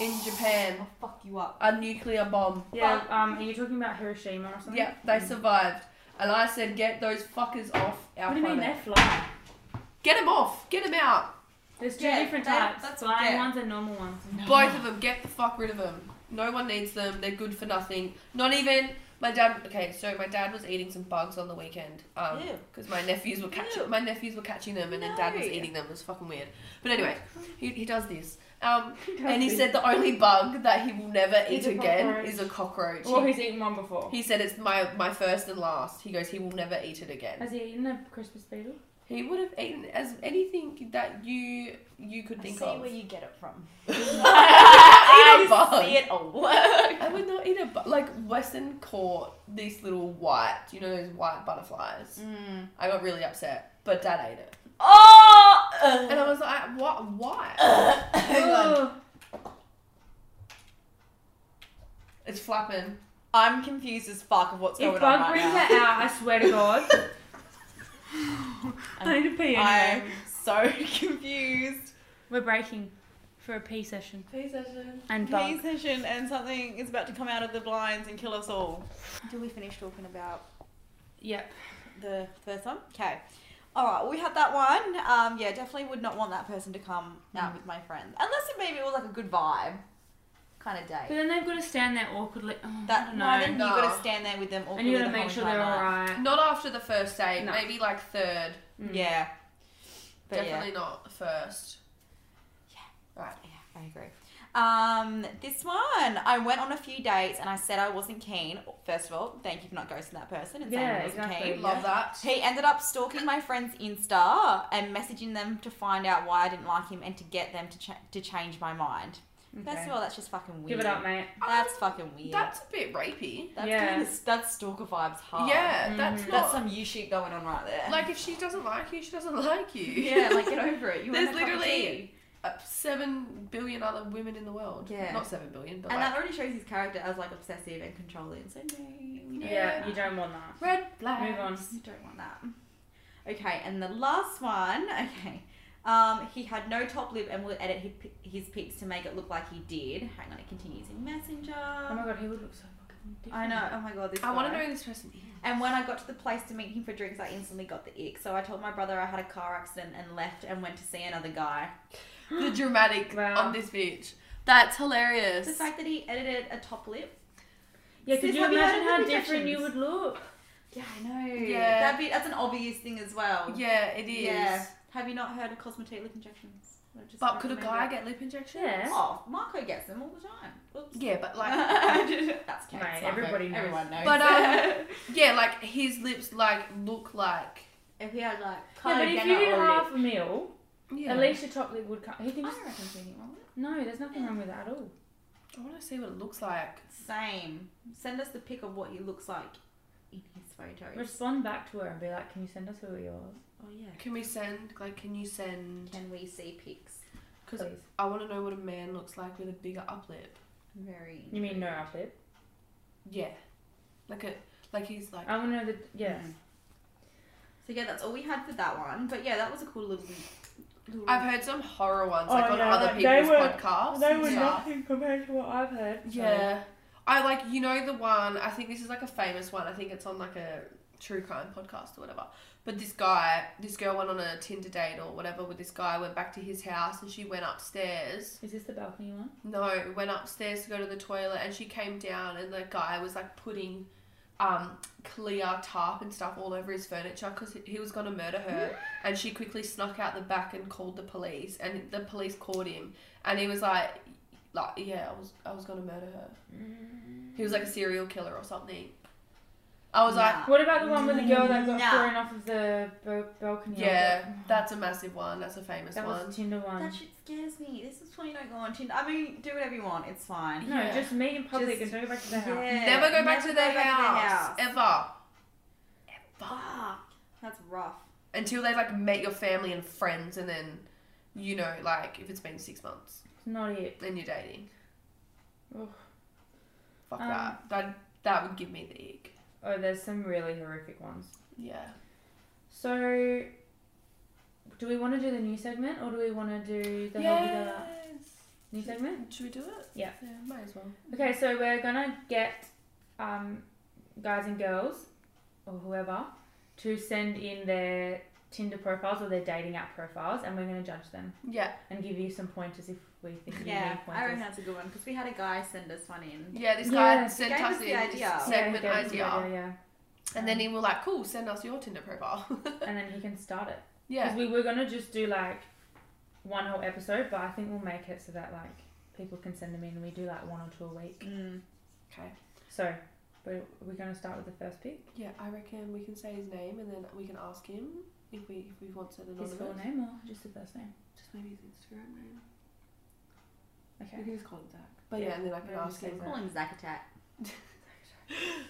[SPEAKER 3] in Japan.
[SPEAKER 2] I'll fuck you up.
[SPEAKER 3] A nuclear bomb.
[SPEAKER 4] Yeah, um, are you talking about Hiroshima or something?
[SPEAKER 3] Yeah, they survived. And I said, get those fuckers off our
[SPEAKER 4] What do you mean
[SPEAKER 3] planet.
[SPEAKER 4] they fly?
[SPEAKER 3] Get them off. Get them out.
[SPEAKER 4] There's two
[SPEAKER 2] Yeah,
[SPEAKER 4] different
[SPEAKER 2] they-
[SPEAKER 4] types.
[SPEAKER 2] that's-
[SPEAKER 4] flying
[SPEAKER 2] yeah.
[SPEAKER 4] ones and normal ones.
[SPEAKER 3] Both of them. Get the fuck rid of them. No one needs them. They're good for nothing. Not even My dad. Okay, so my dad was eating some bugs on the weekend. Um,
[SPEAKER 2] Ew.
[SPEAKER 3] because my nephews were catching
[SPEAKER 2] Ew.
[SPEAKER 3] my nephews were catching them, and then dad was
[SPEAKER 2] No.
[SPEAKER 3] eating them. It was fucking weird. But anyway, he, he does this. Um,
[SPEAKER 4] does
[SPEAKER 3] and he
[SPEAKER 4] this.
[SPEAKER 3] said the only bug that he will never
[SPEAKER 4] Is
[SPEAKER 3] eat
[SPEAKER 4] a
[SPEAKER 3] again
[SPEAKER 4] cockroach.
[SPEAKER 3] is a cockroach.
[SPEAKER 4] Well,
[SPEAKER 3] He,
[SPEAKER 4] he's eaten one before.
[SPEAKER 3] he said it's my my first and last. He goes, he will never eat it again.
[SPEAKER 4] Has he eaten a Christmas beetle?
[SPEAKER 3] He would have eaten as anything that you you could
[SPEAKER 2] I
[SPEAKER 3] think
[SPEAKER 2] see
[SPEAKER 3] of.
[SPEAKER 2] where you get it from.
[SPEAKER 3] I
[SPEAKER 2] I
[SPEAKER 3] see a bug.
[SPEAKER 2] see it all. Why
[SPEAKER 3] I would not eat a bu- like Western caught these little white, you know those white butterflies.
[SPEAKER 2] Mm.
[SPEAKER 3] I got really upset, but Dad ate it,
[SPEAKER 2] Oh!
[SPEAKER 3] and I was like, "What? Why?"
[SPEAKER 4] Oh,
[SPEAKER 3] It's flapping.
[SPEAKER 2] I'm confused as fuck of what's
[SPEAKER 4] if
[SPEAKER 2] going on
[SPEAKER 4] Bug
[SPEAKER 2] right
[SPEAKER 4] brings
[SPEAKER 2] now.
[SPEAKER 4] that out, I swear to God. I need to pee anyway.
[SPEAKER 2] I'm so confused.
[SPEAKER 4] We're breaking for a pee session and
[SPEAKER 2] Pay
[SPEAKER 4] bug.
[SPEAKER 2] session and something is about to come out of the blinds and kill us all. Do we finish talking about
[SPEAKER 4] Yep.
[SPEAKER 2] the first one? Okay. All right, we had that one. Um, yeah, definitely would not want that person to come out with my friends, unless it maybe it was like a good vibe kind of
[SPEAKER 4] But
[SPEAKER 2] date.
[SPEAKER 4] then they've got to stand there awkwardly. Oh, I
[SPEAKER 2] That
[SPEAKER 4] don't
[SPEAKER 2] no,
[SPEAKER 4] know.
[SPEAKER 2] then you
[SPEAKER 3] Nah.
[SPEAKER 2] got to stand there with them.
[SPEAKER 4] and
[SPEAKER 2] awkwardly
[SPEAKER 4] you got to
[SPEAKER 2] the
[SPEAKER 4] make
[SPEAKER 2] whole
[SPEAKER 4] sure
[SPEAKER 2] entire
[SPEAKER 4] they're
[SPEAKER 2] night.
[SPEAKER 4] alright.
[SPEAKER 3] Not after the first date,
[SPEAKER 4] No.
[SPEAKER 3] maybe like third.
[SPEAKER 4] Mm.
[SPEAKER 2] Hmm. Yeah, but yeah.
[SPEAKER 3] Definitely not first.
[SPEAKER 2] Yeah, I agree. Um, this one, I went on a few dates and I said I wasn't keen. First of all, thank you for not ghosting that person and saying
[SPEAKER 4] Yeah,
[SPEAKER 2] I wasn't
[SPEAKER 4] exactly.
[SPEAKER 2] keen.
[SPEAKER 4] Yeah.
[SPEAKER 3] Love that.
[SPEAKER 2] He ended up stalking my friend's Insta and messaging them to find out why I didn't like him and to get them to, ch- to change my mind. First
[SPEAKER 4] Okay.
[SPEAKER 2] of all, that's just fucking weird.
[SPEAKER 4] Give it up, mate.
[SPEAKER 2] That's fucking weird.
[SPEAKER 3] That's a bit rapey.
[SPEAKER 2] that's
[SPEAKER 4] Yeah.
[SPEAKER 2] kind of, that's stalker vibes hard.
[SPEAKER 3] Yeah,
[SPEAKER 4] Mhm.
[SPEAKER 3] that's not
[SPEAKER 2] Oh. Mm-hmm. That's some you shit going on right there.
[SPEAKER 3] like if she doesn't like you, she doesn't like you.
[SPEAKER 2] yeah, like get over it. You want
[SPEAKER 3] There's
[SPEAKER 2] a cup of
[SPEAKER 3] literally-
[SPEAKER 2] tea.
[SPEAKER 3] Uh, seven billion other women in the world.
[SPEAKER 2] Yeah.
[SPEAKER 3] not seven billion, but
[SPEAKER 2] And
[SPEAKER 3] like
[SPEAKER 2] that already shows his character as like obsessive and controlling. So no, we
[SPEAKER 4] Yeah.
[SPEAKER 2] don't
[SPEAKER 3] Yeah.
[SPEAKER 4] you don't want that.
[SPEAKER 3] red flag.
[SPEAKER 4] Move on.
[SPEAKER 2] You don't want that. Okay, and the last one. Okay. Um, he had no top lip and would edit his, pi- his pics to make it look like he did. Hang on, it continues in Messenger.
[SPEAKER 4] Oh my god, he would look so fucking different.
[SPEAKER 2] I know. Oh my god, this.
[SPEAKER 3] I want to
[SPEAKER 2] guy.
[SPEAKER 3] know who this person is.
[SPEAKER 2] And when I got to the place to meet him for drinks, I instantly got the ick. So I told my brother I had a car accident and left and went to see another guy.
[SPEAKER 3] the dramatic
[SPEAKER 4] Wow.
[SPEAKER 3] on this bitch. That's hilarious.
[SPEAKER 2] The fact that he edited a top lip.
[SPEAKER 4] Yeah,
[SPEAKER 2] Sis,
[SPEAKER 4] could you
[SPEAKER 2] have you heard
[SPEAKER 4] imagine
[SPEAKER 2] of
[SPEAKER 4] how
[SPEAKER 2] the
[SPEAKER 4] different you would
[SPEAKER 2] rejections?
[SPEAKER 4] look?
[SPEAKER 2] Yeah, I know.
[SPEAKER 3] Yeah.
[SPEAKER 2] That'd be, that's an obvious thing as well.
[SPEAKER 3] yeah, it is.
[SPEAKER 2] Yeah. Have you not heard of cosmetic lip injections? I just
[SPEAKER 3] But could a
[SPEAKER 2] remembered.
[SPEAKER 3] guy get lip injections?
[SPEAKER 4] Yeah.
[SPEAKER 2] Oh, Marco gets them all the time. Oops.
[SPEAKER 3] Yeah, but like,
[SPEAKER 2] That's okay.
[SPEAKER 4] Mate,
[SPEAKER 2] it's Marco.
[SPEAKER 4] everybody knows.
[SPEAKER 2] Everyone knows.
[SPEAKER 3] But, um, yeah, like his lips like look like.
[SPEAKER 2] if he had like
[SPEAKER 4] Yeah, but
[SPEAKER 2] cardigan
[SPEAKER 4] if you did
[SPEAKER 2] or
[SPEAKER 4] half a meal,
[SPEAKER 3] Yeah.
[SPEAKER 4] at least your top lip would come. He
[SPEAKER 2] I
[SPEAKER 4] can just.
[SPEAKER 2] don't reckon it's anyone.
[SPEAKER 4] No, there's nothing wrong with that at all.
[SPEAKER 3] I want to see what it looks like.
[SPEAKER 2] Same. Send us the pic of what he looks like in his photos.
[SPEAKER 4] Respond back to her and be like, "Can you send us who he was,
[SPEAKER 2] oh yeah.
[SPEAKER 3] Can we send? Like, can you send?
[SPEAKER 2] Can we see pics?
[SPEAKER 3] Because
[SPEAKER 4] please?"
[SPEAKER 3] I want to know what a man looks like with a bigger uplip.
[SPEAKER 2] Very.
[SPEAKER 4] You mean no up lip?
[SPEAKER 3] Yeah. Like a like he's like.
[SPEAKER 4] I want to know the yeah.
[SPEAKER 2] Mm. So yeah, that's all we had for that one. But yeah, that was a cool little. little
[SPEAKER 3] I've heard some horror ones
[SPEAKER 4] Oh,
[SPEAKER 3] like on
[SPEAKER 4] no,
[SPEAKER 3] other
[SPEAKER 4] like, they
[SPEAKER 3] people's
[SPEAKER 4] were-
[SPEAKER 3] podcasts.
[SPEAKER 4] They
[SPEAKER 3] and
[SPEAKER 4] were
[SPEAKER 3] stuff.
[SPEAKER 4] nothing compared to what I've heard. so-
[SPEAKER 3] Yeah. I like, you know, the one, I think this is like a famous one. I think it's on like a true crime podcast or whatever. But this guy, this girl went on a Tinder date or whatever with this guy, went back to his house and she went upstairs.
[SPEAKER 4] Is this the balcony one?
[SPEAKER 3] No, went upstairs to go to the toilet and she came down and the guy was like putting um, clear tarp and stuff all over his furniture because he was going to murder her. And she quickly snuck out the back and called the police. And the police caught him. And he was like, like yeah, I was, I was going to murder her.
[SPEAKER 2] Mm.
[SPEAKER 3] He was like a serial killer or something. I was like,
[SPEAKER 2] Nah.
[SPEAKER 4] What about the one with the girl that
[SPEAKER 2] Mm,
[SPEAKER 4] got
[SPEAKER 2] Nah.
[SPEAKER 4] thrown off of the b- balcony?
[SPEAKER 3] yeah, that's a massive one. That's a famous
[SPEAKER 4] that
[SPEAKER 3] one.
[SPEAKER 4] was the Tinder one.
[SPEAKER 2] That shit scares me. This is why you don't go on Tinder. I mean, do whatever you want. It's fine.
[SPEAKER 4] no,
[SPEAKER 3] yeah.
[SPEAKER 4] just meet in public
[SPEAKER 2] Just-
[SPEAKER 4] and don't go back to the house.
[SPEAKER 2] Yeah.
[SPEAKER 3] Never go back
[SPEAKER 2] Never
[SPEAKER 3] to their
[SPEAKER 2] go
[SPEAKER 3] house,
[SPEAKER 2] back to their
[SPEAKER 3] ever, ever.
[SPEAKER 2] Fuck. That's rough.
[SPEAKER 3] Until they like met your family and friends, and then you know, like if it's been six months
[SPEAKER 4] It's not it.
[SPEAKER 3] and you're dating.
[SPEAKER 4] Ugh.
[SPEAKER 3] Fuck
[SPEAKER 4] Um,
[SPEAKER 3] that. That that would give me the ick.
[SPEAKER 4] Oh, there's some really horrific ones.
[SPEAKER 3] Yeah.
[SPEAKER 4] So, do we want to do the new segment or do we want to do the whole
[SPEAKER 3] Yes.
[SPEAKER 4] other new segment?
[SPEAKER 3] Should we do it?
[SPEAKER 4] Yeah.
[SPEAKER 3] Yeah, might as well.
[SPEAKER 4] Okay, so we're gonna get um, guys and girls or whoever to send in their Tinder profiles or their dating app profiles, and we're going to judge them
[SPEAKER 3] Yeah,
[SPEAKER 4] and give you some pointers if we think you
[SPEAKER 2] Yeah,
[SPEAKER 4] need
[SPEAKER 2] I reckon
[SPEAKER 4] pointers.
[SPEAKER 2] that's a good one because we had a guy send us one in.
[SPEAKER 3] yeah. This
[SPEAKER 4] Yeah,
[SPEAKER 3] guy
[SPEAKER 4] he
[SPEAKER 3] sent
[SPEAKER 2] gave
[SPEAKER 3] us
[SPEAKER 2] us the
[SPEAKER 3] the
[SPEAKER 2] idea.
[SPEAKER 3] segment
[SPEAKER 4] yeah,
[SPEAKER 3] idea,
[SPEAKER 4] Yeah, yeah.
[SPEAKER 3] and then he was like, "Cool, send us your Tinder profile."
[SPEAKER 4] and then he can start it. Because
[SPEAKER 3] yeah,
[SPEAKER 4] we were going to just do like one whole episode, but I think we'll make it so that like people can send them in and we do like one or two a week.
[SPEAKER 2] Mm.
[SPEAKER 3] okay.
[SPEAKER 4] So we're, we're going to start with the first pick.
[SPEAKER 3] Yeah, I reckon we can say his name and then we can ask him if we if we want said anonymous.
[SPEAKER 4] His full name or just the first name?
[SPEAKER 3] Just maybe his Instagram name. We
[SPEAKER 4] Okay.
[SPEAKER 3] can just call him Zach. But yeah, and then I can
[SPEAKER 4] maybe
[SPEAKER 3] ask
[SPEAKER 4] say
[SPEAKER 3] him.
[SPEAKER 4] Zach.
[SPEAKER 2] Call him Zack Attack.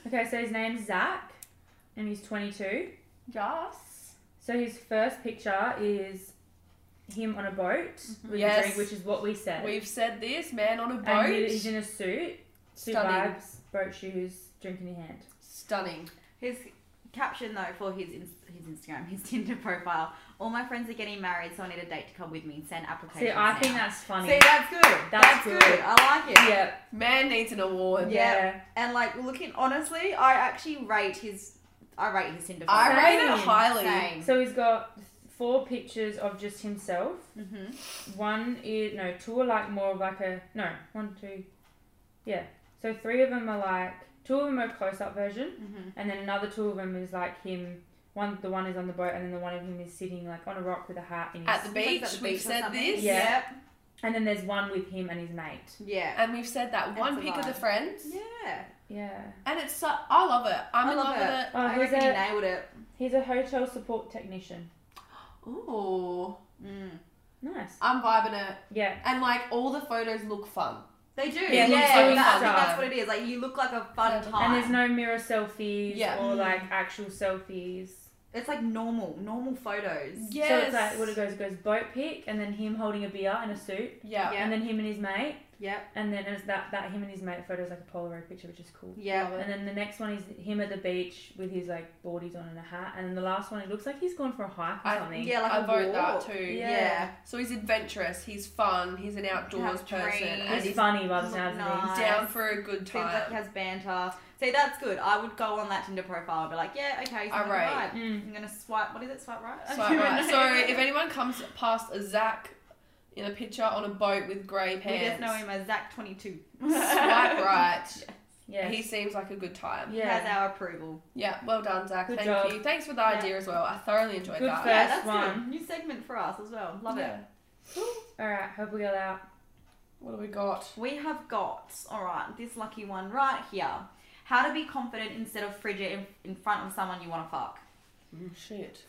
[SPEAKER 4] Okay, so his name's Zach and he's 22.
[SPEAKER 3] Yes.
[SPEAKER 4] So his first picture is him on a boat with
[SPEAKER 3] Mm-hmm. Yes.
[SPEAKER 4] a drink, which is what we said.
[SPEAKER 3] We've said this man on a boat.
[SPEAKER 4] and he- he's in a suit, suit
[SPEAKER 3] Stunning.
[SPEAKER 4] vibes, boat shoes, drink in your hand.
[SPEAKER 3] Stunning.
[SPEAKER 2] His caption though for his ins- his Instagram, his Tinder profile. All my friends are getting married, so I need a date to come with me. Send applications.
[SPEAKER 4] See, I
[SPEAKER 2] now."
[SPEAKER 4] think that's funny.
[SPEAKER 2] See, that's good. That's,
[SPEAKER 4] good.
[SPEAKER 2] good. I like it.
[SPEAKER 4] yeah,
[SPEAKER 3] Man needs an award.
[SPEAKER 4] yeah.
[SPEAKER 2] And like looking honestly, I actually rate his. I rate his Tinder.
[SPEAKER 3] I
[SPEAKER 2] profile.
[SPEAKER 3] rate it
[SPEAKER 4] Same.
[SPEAKER 3] highly.
[SPEAKER 2] Same.
[SPEAKER 4] So he's got four pictures of just himself.
[SPEAKER 2] hmm
[SPEAKER 4] One is no, two are like more of like a no, one, two, yeah. So three of them are like two of them are close up version,
[SPEAKER 2] Mhm.
[SPEAKER 4] and then another two of them is like him. One the one is on the boat, and then the one of him is sitting like on a rock with a hat. In his,
[SPEAKER 3] At the
[SPEAKER 2] Sometimes
[SPEAKER 3] beach,
[SPEAKER 2] at the
[SPEAKER 3] we've
[SPEAKER 2] beach or
[SPEAKER 3] said
[SPEAKER 2] something.
[SPEAKER 3] this.
[SPEAKER 4] Yeah. and then there's one with him and his mate.
[SPEAKER 2] Yeah.
[SPEAKER 3] And we've said that one
[SPEAKER 2] It's a
[SPEAKER 3] pick of the
[SPEAKER 2] vibe.
[SPEAKER 3] friends.
[SPEAKER 2] Yeah.
[SPEAKER 4] Yeah,
[SPEAKER 3] And it's so, I love it. I'm
[SPEAKER 2] I
[SPEAKER 3] in
[SPEAKER 2] love
[SPEAKER 3] love with it.
[SPEAKER 4] Oh,
[SPEAKER 2] I
[SPEAKER 4] who's
[SPEAKER 2] reckon he
[SPEAKER 4] that?
[SPEAKER 2] nailed it.
[SPEAKER 4] he's a hotel support technician.
[SPEAKER 3] Ooh.
[SPEAKER 2] Mm.
[SPEAKER 4] Nice.
[SPEAKER 3] I'm vibing it.
[SPEAKER 4] Yeah,
[SPEAKER 3] And like all the photos look fun.
[SPEAKER 2] They do.
[SPEAKER 4] Yeah,
[SPEAKER 2] Yeah,
[SPEAKER 4] he's
[SPEAKER 2] that-
[SPEAKER 4] doing
[SPEAKER 2] I think
[SPEAKER 4] stuff.
[SPEAKER 2] that's what it is. Like you look like a fun
[SPEAKER 3] And
[SPEAKER 2] time.
[SPEAKER 4] and there's no mirror selfies
[SPEAKER 3] Yeah.
[SPEAKER 4] or
[SPEAKER 2] Mm.
[SPEAKER 4] like actual selfies.
[SPEAKER 2] it's like normal, normal photos.
[SPEAKER 3] Yes.
[SPEAKER 4] So it's like what it goes it goes boat pic, and then him holding a beer in a suit,
[SPEAKER 3] Yeah.
[SPEAKER 2] Yeah.
[SPEAKER 4] and then him and his mate.
[SPEAKER 2] Yep.
[SPEAKER 4] And then it's that that him and his mate photo is like a Polaroid picture, which is cool.
[SPEAKER 2] Yeah.
[SPEAKER 3] Love it.
[SPEAKER 4] And then the next one is him at the beach with his like boardies on and a hat. And then the last one, it looks like he's gone for a hike or
[SPEAKER 3] I-
[SPEAKER 4] something.
[SPEAKER 2] Yeah, like
[SPEAKER 3] I
[SPEAKER 2] a
[SPEAKER 3] vote that
[SPEAKER 2] walk.
[SPEAKER 3] too.
[SPEAKER 4] Yeah.
[SPEAKER 2] Yeah.
[SPEAKER 3] So he's adventurous, he's fun, he's an outdoors
[SPEAKER 2] Have
[SPEAKER 3] person,
[SPEAKER 2] trees.
[SPEAKER 3] and
[SPEAKER 4] He's
[SPEAKER 3] he's
[SPEAKER 4] funny by the
[SPEAKER 2] look
[SPEAKER 4] sounds of
[SPEAKER 2] nice.
[SPEAKER 4] things.
[SPEAKER 3] down for a good
[SPEAKER 2] Seems like he
[SPEAKER 3] time.
[SPEAKER 2] has banter. See, that's good. I would go on that Tinder profile and be like, yeah, okay, so
[SPEAKER 3] All
[SPEAKER 2] I'm
[SPEAKER 3] right.
[SPEAKER 2] right.
[SPEAKER 4] Mm.
[SPEAKER 2] I'm gonna swipe. What is it? Swipe right. I
[SPEAKER 3] So,
[SPEAKER 2] don't
[SPEAKER 3] right.
[SPEAKER 2] know.
[SPEAKER 3] so if anyone comes past a Zach in a picture on a boat with grey
[SPEAKER 2] we just
[SPEAKER 3] pants,
[SPEAKER 2] know him as Zach twenty two.
[SPEAKER 3] swipe right.
[SPEAKER 4] Yeah.
[SPEAKER 3] He seems like a good time.
[SPEAKER 4] Yeah.
[SPEAKER 2] Has our approval.
[SPEAKER 3] Yeah, well done, Zach.
[SPEAKER 4] Good
[SPEAKER 3] Thank
[SPEAKER 4] job.
[SPEAKER 3] you. Thanks for the idea as well. I thoroughly enjoyed
[SPEAKER 4] Good
[SPEAKER 3] that.
[SPEAKER 4] for-
[SPEAKER 2] yeah,
[SPEAKER 4] First
[SPEAKER 2] that's
[SPEAKER 4] one.
[SPEAKER 2] good. New segment for us as well. Love it.
[SPEAKER 3] Yeah.
[SPEAKER 4] All right. Hope we got out.
[SPEAKER 3] What do we got?
[SPEAKER 2] We have got, all right, this lucky one right here. How to be confident instead of frigid in, in front of someone you want to fuck.
[SPEAKER 3] shit.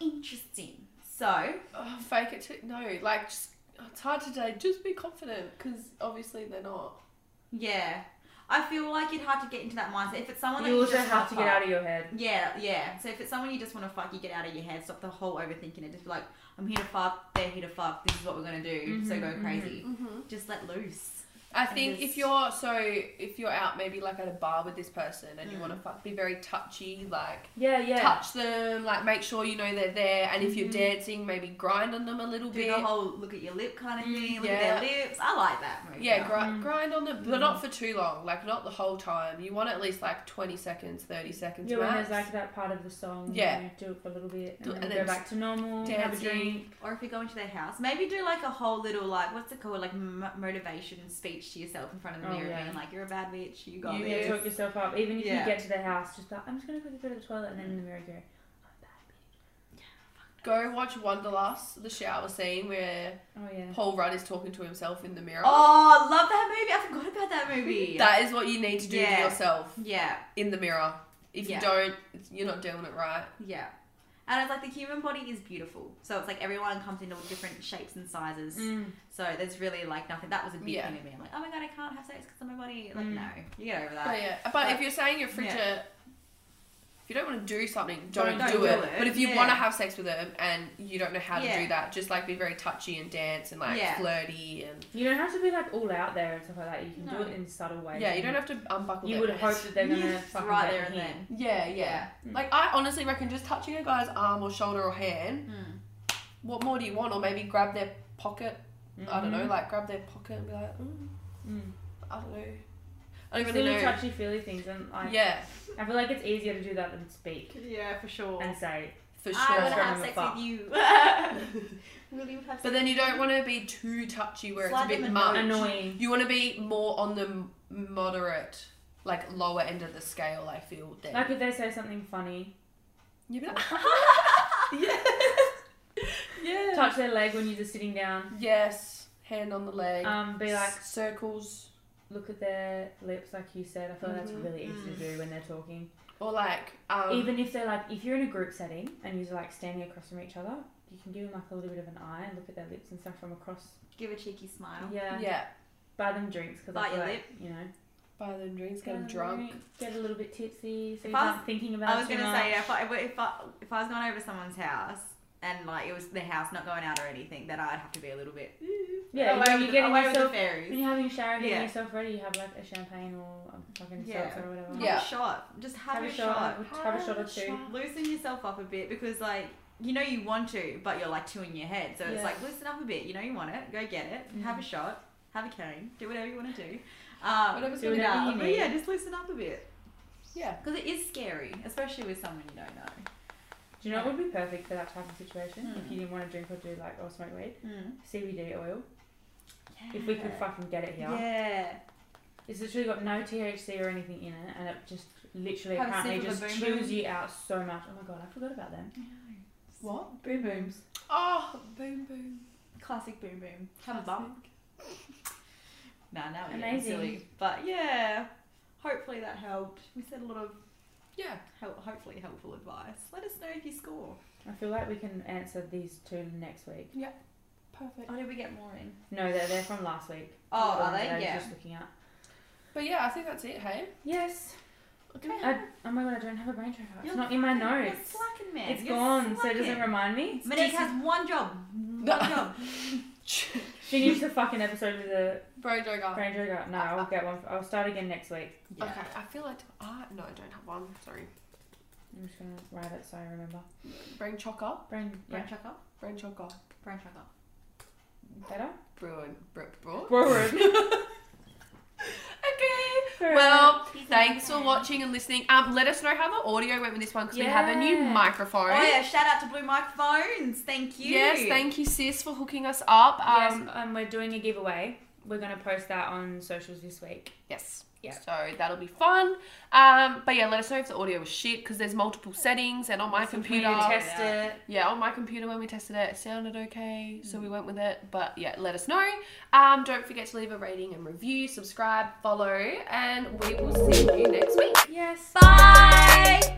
[SPEAKER 2] Interesting. So,
[SPEAKER 3] Oh, fake it too. No, like just. It's hard today. Just be confident, because obviously they're not.
[SPEAKER 2] yeah, I feel like you'd have to get into that mindset. If it's someone that
[SPEAKER 4] You also
[SPEAKER 2] just wanna
[SPEAKER 4] have to get
[SPEAKER 2] fuck-
[SPEAKER 4] out of your head.
[SPEAKER 2] Yeah, yeah. So if it's someone you just want to fuck, you get out of your head. Stop the whole overthinking it. Just be like, I'm here to fuck. They're here to fuck. This is what we're gonna do. so
[SPEAKER 4] Mhm,
[SPEAKER 2] go
[SPEAKER 4] mhm.
[SPEAKER 2] crazy.
[SPEAKER 3] Mm-hmm.
[SPEAKER 2] Just let loose.
[SPEAKER 3] I think
[SPEAKER 2] just-
[SPEAKER 3] if you're so if you're out maybe like at a bar with this person and you
[SPEAKER 2] Mm.
[SPEAKER 3] want to fuck, be very touchy, like
[SPEAKER 4] Yeah. Yeah.
[SPEAKER 3] touch them, like make sure you know they're there, and if you're
[SPEAKER 4] Mhm.
[SPEAKER 3] dancing, maybe grind on them a little
[SPEAKER 2] Do
[SPEAKER 3] bit.
[SPEAKER 2] the whole look at your lip kind of
[SPEAKER 4] Mm,
[SPEAKER 2] thing. Look at
[SPEAKER 3] yeah.
[SPEAKER 2] their lips. I like that. Movie.
[SPEAKER 3] yeah, gri-
[SPEAKER 4] Mm.
[SPEAKER 3] grind on them, but not for too long, like not the whole time. You want at least like twenty seconds, thirty seconds
[SPEAKER 4] Yeah, when
[SPEAKER 3] max.
[SPEAKER 4] there's like that part of the song,
[SPEAKER 3] Yeah.
[SPEAKER 4] you know, do it for a little bit,
[SPEAKER 3] Do-
[SPEAKER 4] and,
[SPEAKER 3] and
[SPEAKER 4] then
[SPEAKER 3] then
[SPEAKER 4] go back to normal, have a
[SPEAKER 3] dancing.
[SPEAKER 4] drink.
[SPEAKER 2] Or if you're going to their house, maybe do like a whole little like what's it called like m- motivation speech to yourself in front of the
[SPEAKER 4] Oh,
[SPEAKER 2] mirror,
[SPEAKER 4] yeah.
[SPEAKER 2] being like you're a bad bitch, you got
[SPEAKER 3] You-
[SPEAKER 4] Yeah,
[SPEAKER 2] this.
[SPEAKER 4] talk yourself up. Even if you
[SPEAKER 2] Yeah.
[SPEAKER 4] get to their house, just like I'm just gonna quickly go to the toilet, and then in the mirror "Oh, go.
[SPEAKER 3] Go watch Wonderlust, the shower scene where
[SPEAKER 4] Oh yeah.
[SPEAKER 3] Paul Rudd is talking to himself in the mirror.
[SPEAKER 2] Oh, I love that movie! I forgot about that movie.
[SPEAKER 3] That is what you need to do
[SPEAKER 2] Yeah.
[SPEAKER 3] to yourself
[SPEAKER 2] yeah,
[SPEAKER 3] in the mirror. If
[SPEAKER 2] Yeah.
[SPEAKER 3] you don't, you're not doing it right.
[SPEAKER 2] yeah. And it's like the human body is beautiful, so it's like everyone comes in all different shapes and sizes.
[SPEAKER 4] Mm.
[SPEAKER 2] So there's really like nothing. That was a big
[SPEAKER 3] Yeah.
[SPEAKER 2] thing to me. I'm like, oh my god, I can't have sex because of my body. Like
[SPEAKER 4] Mm.
[SPEAKER 2] no, you get over that.
[SPEAKER 3] But Oh, yeah, but
[SPEAKER 2] But-
[SPEAKER 3] if you're saying you're frigid, if you don't want to do something, don't,
[SPEAKER 2] Don't
[SPEAKER 3] do
[SPEAKER 2] do
[SPEAKER 3] it.
[SPEAKER 2] it,
[SPEAKER 3] But if you
[SPEAKER 2] yeah.
[SPEAKER 3] want to have sex with them and you don't know how to
[SPEAKER 2] Yeah.
[SPEAKER 3] do that, just like be very touchy and dance and like
[SPEAKER 2] Yeah.
[SPEAKER 3] flirty and
[SPEAKER 4] You don't have to be like all out there and stuff like that. You can
[SPEAKER 2] No.
[SPEAKER 4] do it in subtle ways.
[SPEAKER 3] yeah, you don't have to unbuckle.
[SPEAKER 4] You
[SPEAKER 3] their
[SPEAKER 4] would
[SPEAKER 3] pants.
[SPEAKER 4] hope that they're gonna
[SPEAKER 2] Yeah.
[SPEAKER 4] fucking
[SPEAKER 2] right
[SPEAKER 4] get
[SPEAKER 2] there and
[SPEAKER 4] hit.
[SPEAKER 2] then.
[SPEAKER 3] Yeah, yeah.
[SPEAKER 2] Hmm.
[SPEAKER 3] Like I honestly reckon just touching a guy's arm or shoulder or hand.
[SPEAKER 2] Mm.
[SPEAKER 3] What more do you want? Or maybe grab their pocket. I don't know.
[SPEAKER 2] Mm-hmm.
[SPEAKER 4] Mhm.
[SPEAKER 3] Like grab their pocket and be like, mm,
[SPEAKER 4] Mm.
[SPEAKER 3] I don't know. I don't
[SPEAKER 4] It's
[SPEAKER 3] really
[SPEAKER 4] little
[SPEAKER 3] know.
[SPEAKER 4] touchy feely things, and like
[SPEAKER 3] yeah,
[SPEAKER 4] I feel like it's easier to do that than speak
[SPEAKER 3] Oh,
[SPEAKER 2] Yeah, for sure.
[SPEAKER 4] and say
[SPEAKER 3] for
[SPEAKER 2] I
[SPEAKER 3] sure.
[SPEAKER 2] want to
[SPEAKER 4] From
[SPEAKER 2] have
[SPEAKER 4] the
[SPEAKER 2] sex
[SPEAKER 4] bar.
[SPEAKER 2] with you. Really would have sex
[SPEAKER 3] But then you don't want to be too touchy where
[SPEAKER 2] Slide
[SPEAKER 3] it's a
[SPEAKER 2] them
[SPEAKER 3] bit
[SPEAKER 2] a
[SPEAKER 3] much.
[SPEAKER 4] Annoying.
[SPEAKER 3] You want to be more on the m- moderate, like lower end of the scale. I feel then.
[SPEAKER 4] Like if they say something funny,
[SPEAKER 3] You'd be like,
[SPEAKER 4] yeah. Touch their leg when you're just sitting down.
[SPEAKER 3] yes, hand on the leg.
[SPEAKER 4] Um, be like,
[SPEAKER 3] circles
[SPEAKER 4] look at their lips, like you said. I feel like that's
[SPEAKER 3] Mhm.
[SPEAKER 4] really easy to do when they're talking.
[SPEAKER 3] or like um,
[SPEAKER 4] Even if they're like, if you're in a group setting and you're like standing across from each other, you can give them like a little bit of an eye and look at their lips and stuff from across.
[SPEAKER 2] Give a cheeky smile.
[SPEAKER 4] Yeah.
[SPEAKER 3] yeah.
[SPEAKER 4] Buy them drinks because
[SPEAKER 2] Bite
[SPEAKER 4] I feel
[SPEAKER 2] your
[SPEAKER 4] like, you know.
[SPEAKER 3] Buy them drinks, get them
[SPEAKER 4] Buy
[SPEAKER 3] drunk.
[SPEAKER 4] drinks, Get a little bit tipsy. So
[SPEAKER 2] If
[SPEAKER 4] you're
[SPEAKER 2] I
[SPEAKER 4] not
[SPEAKER 2] was-
[SPEAKER 4] thinking about.
[SPEAKER 2] I was
[SPEAKER 4] it too
[SPEAKER 2] gonna
[SPEAKER 4] much.
[SPEAKER 2] say if I, if I if I was going over to someone's house and like it was their house not going out or anything, then I'd have to be a little bit.
[SPEAKER 4] Yeah,
[SPEAKER 2] away with
[SPEAKER 4] when you're
[SPEAKER 2] uh, the-
[SPEAKER 4] getting
[SPEAKER 2] away with the
[SPEAKER 4] yourself When
[SPEAKER 2] fairies.
[SPEAKER 4] you're having a shower, getting
[SPEAKER 2] Yeah.
[SPEAKER 4] yourself ready, you have like a champagne or a fucking
[SPEAKER 2] Yeah.
[SPEAKER 4] seltzer or whatever.
[SPEAKER 2] Have
[SPEAKER 3] Yeah.
[SPEAKER 2] a shot. Just have,
[SPEAKER 4] Have
[SPEAKER 2] a,
[SPEAKER 4] a
[SPEAKER 2] shot.
[SPEAKER 4] shot. Have a shot or two.
[SPEAKER 2] Loosen yourself up a bit because like you know you want to, but you're like two in your head. So
[SPEAKER 4] Yeah. Mm-hmm.
[SPEAKER 2] it's like loosen up a bit. You know you want it. Go get it. Have a shot. Have a cane. Do whatever you want to do. Um,
[SPEAKER 3] Whatever's
[SPEAKER 2] do
[SPEAKER 4] gonna
[SPEAKER 2] it
[SPEAKER 4] get
[SPEAKER 2] out.
[SPEAKER 4] you
[SPEAKER 2] But
[SPEAKER 4] need.
[SPEAKER 2] yeah, just loosen up a bit
[SPEAKER 3] Yeah.
[SPEAKER 2] because it is scary, especially with someone you don't know.
[SPEAKER 4] Do you know what would be perfect for that type of situation? If
[SPEAKER 2] Hmm.
[SPEAKER 4] you didn't want to drink or do like or smoke weed,
[SPEAKER 2] Mm.
[SPEAKER 4] CBD oil. If we could fucking get it here,
[SPEAKER 2] Yeah.
[SPEAKER 4] it's literally got no THC or anything in it, and it just literally
[SPEAKER 2] Have a sip
[SPEAKER 4] apparently
[SPEAKER 2] of
[SPEAKER 4] just
[SPEAKER 2] a Boom
[SPEAKER 4] chills
[SPEAKER 2] Boom.
[SPEAKER 4] you out so much. Oh my god, I forgot about them.
[SPEAKER 3] What?
[SPEAKER 2] Boom booms.
[SPEAKER 3] Oh, boom boom.
[SPEAKER 2] Classic boom boom. Have a bump. Nah, now we're getting
[SPEAKER 4] Amazing.
[SPEAKER 2] silly. But yeah, hopefully that helped. We said a lot of
[SPEAKER 3] Yeah.
[SPEAKER 2] help, hopefully helpful advice. Let us know if you score.
[SPEAKER 4] I feel like we can answer these two next week.
[SPEAKER 3] Perfect.
[SPEAKER 2] Oh,
[SPEAKER 4] Um,
[SPEAKER 2] did we get more in?
[SPEAKER 4] No, they're they're from last week.
[SPEAKER 2] Oh,
[SPEAKER 4] The
[SPEAKER 2] are
[SPEAKER 4] ones
[SPEAKER 2] they?
[SPEAKER 4] that I was
[SPEAKER 2] Yeah.
[SPEAKER 4] Just looking at.
[SPEAKER 3] But yeah, I think that's it, hey?
[SPEAKER 4] Yes.
[SPEAKER 2] Okay.
[SPEAKER 4] I, oh my god, I don't have a brain tracker. It's
[SPEAKER 2] You're
[SPEAKER 4] not in my
[SPEAKER 2] fucking-
[SPEAKER 4] notes.
[SPEAKER 2] You're slacking, man.
[SPEAKER 4] It's
[SPEAKER 2] You're
[SPEAKER 4] gone, so it
[SPEAKER 2] slacking.
[SPEAKER 4] doesn't remind me.
[SPEAKER 2] Monique has one job. One job.
[SPEAKER 4] Finish the fucking episode with a
[SPEAKER 3] Bro Joker.
[SPEAKER 4] brain trigger.
[SPEAKER 2] Ah,
[SPEAKER 4] No, I'll get one. I'll start again next week.
[SPEAKER 3] Okay, I feel like. Ah, no, I don't have one. Sorry.
[SPEAKER 4] I'm just gonna write it so I remember.
[SPEAKER 3] Brain chocker.
[SPEAKER 4] Brain,
[SPEAKER 2] Brain
[SPEAKER 4] yeah,
[SPEAKER 2] chucker.
[SPEAKER 3] Brain chocker.
[SPEAKER 2] Brain chucker.
[SPEAKER 4] better.
[SPEAKER 3] Bruin. Br- bro.
[SPEAKER 4] Forward.
[SPEAKER 3] Okay. Well, thanks for watching and listening. Um, let us know how the audio went with this one because we have a new
[SPEAKER 4] Yeah.
[SPEAKER 3] microphone.
[SPEAKER 2] Oh yeah! Shout out to Blue Microphones. Thank you.
[SPEAKER 3] Yes, thank you, sis, for hooking us up. Um,
[SPEAKER 4] yes, um, we're doing a giveaway. We're gonna post that on socials this week.
[SPEAKER 3] Yes.
[SPEAKER 4] Yeah.
[SPEAKER 3] So that'll be fun. Um, but yeah, let us know if the audio was shit because there's multiple settings and on my
[SPEAKER 4] We
[SPEAKER 3] computer.
[SPEAKER 4] need to test
[SPEAKER 2] Yeah.
[SPEAKER 4] it.
[SPEAKER 3] yeah, on my computer when we tested it, it sounded okay,
[SPEAKER 4] Mm.
[SPEAKER 3] so we went with it. But yeah, let us know. Um, don't forget to leave a rating and review, subscribe, follow, and we will see you next week.
[SPEAKER 4] Yes.
[SPEAKER 2] Bye.